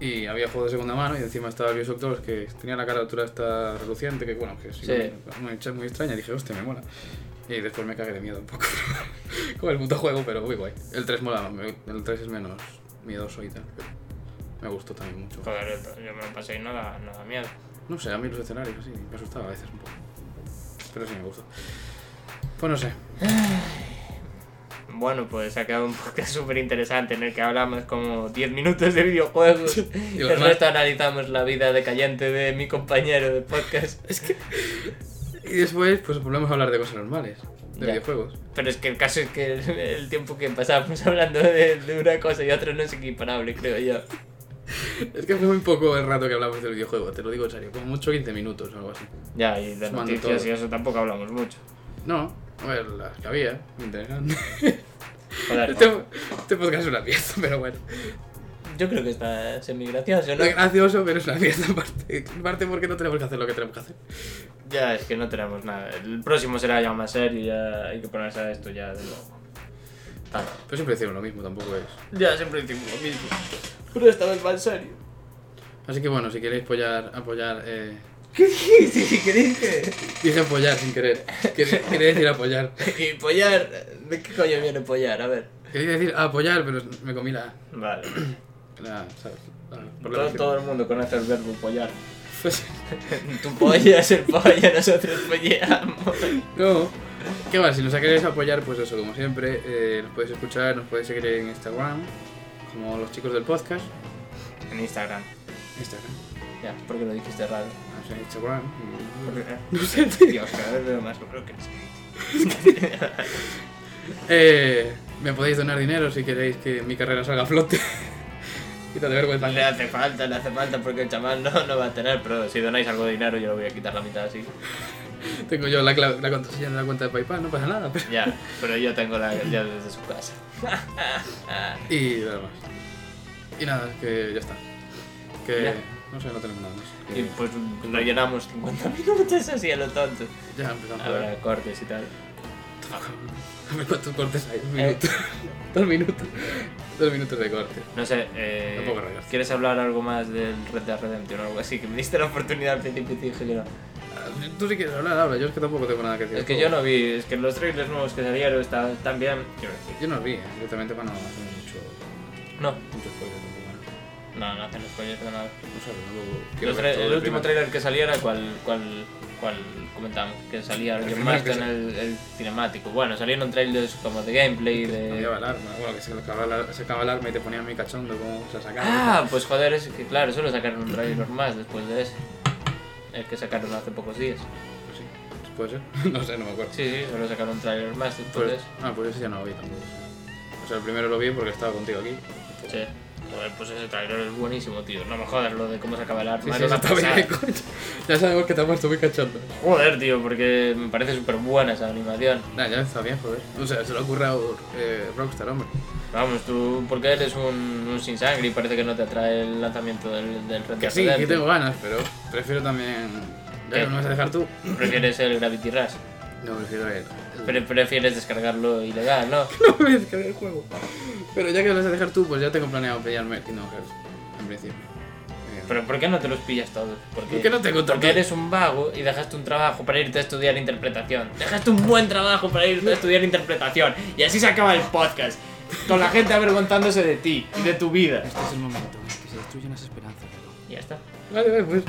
S1: y había juego de segunda mano y encima estaba el Bioshock 2 que tenía la carátula esta reluciente, que bueno, que es
S2: Sí.
S1: muy, muy extraña. Y dije, hostia, me mola. Y después me cagué de miedo un poco [laughs] con el puto juego, pero muy guay. El 3 mola más, me- el 3 es menos miedoso y tal. pero me gustó también mucho.
S2: Joder, yo me lo pasé y no da, no da miedo.
S1: No sé, a mí los escenarios sí, me asustaba a veces un poco. Pero sí me gustó. Pues no sé.
S2: Bueno, pues ha quedado un [laughs] podcast súper interesante en el que hablamos como 10 minutos de [laughs] videojuegos.
S1: Y
S2: el
S1: los más-
S2: resto analizamos la vida decayente de mi compañero de podcast.
S1: Y después, pues volvemos a hablar de cosas normales, de
S2: Ya.
S1: videojuegos.
S2: Pero es que el caso es que el, el tiempo que pasábamos hablando de, de una cosa y otra no es equiparable, creo yo.
S1: Es que fue muy poco el rato que hablamos del videojuego, te lo digo en serio, como mucho 15 minutos o algo así.
S2: Ya, y de
S1: Sumando
S2: noticias
S1: todo.
S2: y eso tampoco hablamos mucho.
S1: No, a ver, las que había, interesante. [laughs]
S2: Joder,
S1: Este, este podcast es una pieza, pero bueno.
S2: yo creo que está semi-gracioso, ¿no?
S1: Es gracioso, pero es una pieza [laughs] aparte. Aparte porque no tenemos que hacer lo que tenemos que hacer.
S2: Ya, es que no tenemos nada. El próximo será ya más serio, ya hay que ponerse a esto ya de nuevo.
S1: Pero siempre decimos lo mismo, tampoco es.
S2: Ya, siempre decimos lo mismo. Pero esta vez va en serio.
S1: Así que bueno, si queréis apoyar, apoyar, eh...
S2: ¿Qué dijiste? ¿Qué dije?
S1: Dije apoyar sin querer. Quería quería decir apoyar.
S2: Y pollar, ¿de qué coño viene pollar? A ver.
S1: Quería decir ah, apoyar, pero me comí la...
S2: Vale.
S1: la ¿sabes? La- por la
S2: Todo,
S1: emoción.
S2: todo el mundo conoce el verbo pollar.
S1: [laughs] Pues,
S2: Tú pollas, el polla, nosotros pollamos.
S1: no. ¿Qué va? Si nos queréis apoyar, pues eso, como siempre, eh, nos podéis escuchar, nos podéis seguir en Instagram, como los chicos del podcast.
S2: En Instagram.
S1: Instagram.
S2: Ya, porque lo dijiste raro.
S1: O sea, Instagram.
S2: No sé, eh, Dios, cada vez veo más raro que
S1: Eh, me podéis donar dinero si queréis que mi carrera salga a flote. [laughs] Quítate vergüenza.
S2: Le hace falta, le hace falta porque el chaval no, no va a tener, pero si donáis algo de dinero yo le voy a quitar la mitad así.
S1: Tengo yo la, cla- la contraseña de la cuenta de PayPal, no pasa nada. pero-
S2: Ya, pero yo tengo la ya desde su casa.
S1: Y nada más. Y nada, que ya está. Que
S2: Ya.
S1: no sé, no tenemos nada más. Que
S2: Y pues lo llenamos 50 [laughs] minutos así a lo tonto.
S1: ya empezamos a
S2: Habrá
S1: ver.
S2: cortes y tal.
S1: A ver cuántos cortes hay.
S2: Eh.
S1: Un minuto. [laughs] Dos minutos. Dos minutos de corte.
S2: No sé, eh,
S1: Tampoco rayas.
S2: ¿quieres hablar algo más del Red Dead Redemption o algo así? Que me diste la oportunidad al principio y te dije que no.
S1: Ah, Tú si quieres hablar, habla. Yo es que tampoco tengo nada que decir.
S2: Es que yo no vi, es que los trailers nuevos que salieron están tan bien. Quiero decir,
S1: Yo no vi, eh, directamente para no hacer mucho,
S2: no,
S1: mucho spoiler. tampoco, bueno.
S2: no, no hacen spoilers de nada.
S1: No sé, luego quiero
S2: Los
S1: ver
S2: tra-
S1: todo
S2: el
S1: de
S2: último
S1: primera.
S2: trailer que saliera, ¿cuál, cuál, cuál comentamos? Que salía Roger
S1: primero que
S2: Marston, el, el cinemático. Bueno, salieron trailers como de gameplay,
S1: No
S2: de...
S1: lleva el arma, bueno, que se acaba, el ar- se acaba el arma y te ponían mi cachondo como se la sacaba.
S2: Ah, pues joder, es que claro, solo sacaron un trailer más después de ese. El que sacaron hace pocos días.
S1: Pues sí, puede ser, [laughs] no sé, no me acuerdo.
S2: Sí, sí, solo sacaron un trailer más después de
S1: Pues,
S2: ese.
S1: ah, pues ese ya no lo vi tampoco. O sea, el primero lo vi porque estaba contigo aquí.
S2: Sí. Joder, pues ese trailer es buenísimo, tío. No me jodas lo de cómo se acaba el arma.
S1: Sí, sí,
S2: era
S1: eso
S2: una
S1: está bien, [laughs]
S2: pasada.
S1: coño. Ya sabemos que te has puesto muy cachondo.
S2: [laughs] Joder, tío, porque me parece súper buena esa animación.
S1: Nah, ya está bien, joder. O sea, se lo ha currado eh, Rockstar, hombre.
S2: Vamos, tú, porque eres un, un sin sangre y parece que no te atrae el lanzamiento del, del Red
S1: Que
S2: Dead
S1: sí, que tengo
S2: Redemption.
S1: ganas, pero prefiero también. Ya
S2: ¿Qué?
S1: que me vas a dejar tú.
S2: Prefieres el
S1: [clears throat]
S2: Gravity Rush.
S1: No, prefiero el. el-
S2: Pre- prefieres descargarlo ilegal, ¿no?
S1: [laughs] No me voy a descargar el juego. Pero ya que lo vas a dejar tú, pues ya tengo planeado pillarme el Kingdom Hearts. En principio. Eh,
S2: Pero ¿por qué no te los pillas todos? Porque,
S1: ¿Por qué no te conto
S2: porque
S1: todo?
S2: eres un vago y dejaste un trabajo para irte a estudiar interpretación. Dejaste un buen trabajo para irte a estudiar interpretación. Y así se acaba el podcast. Con la gente avergonzándose de ti y de tu vida.
S1: Este es el momento en que se destruyen las esperanzas.
S2: Y ya está.
S1: Vale, vale, pues.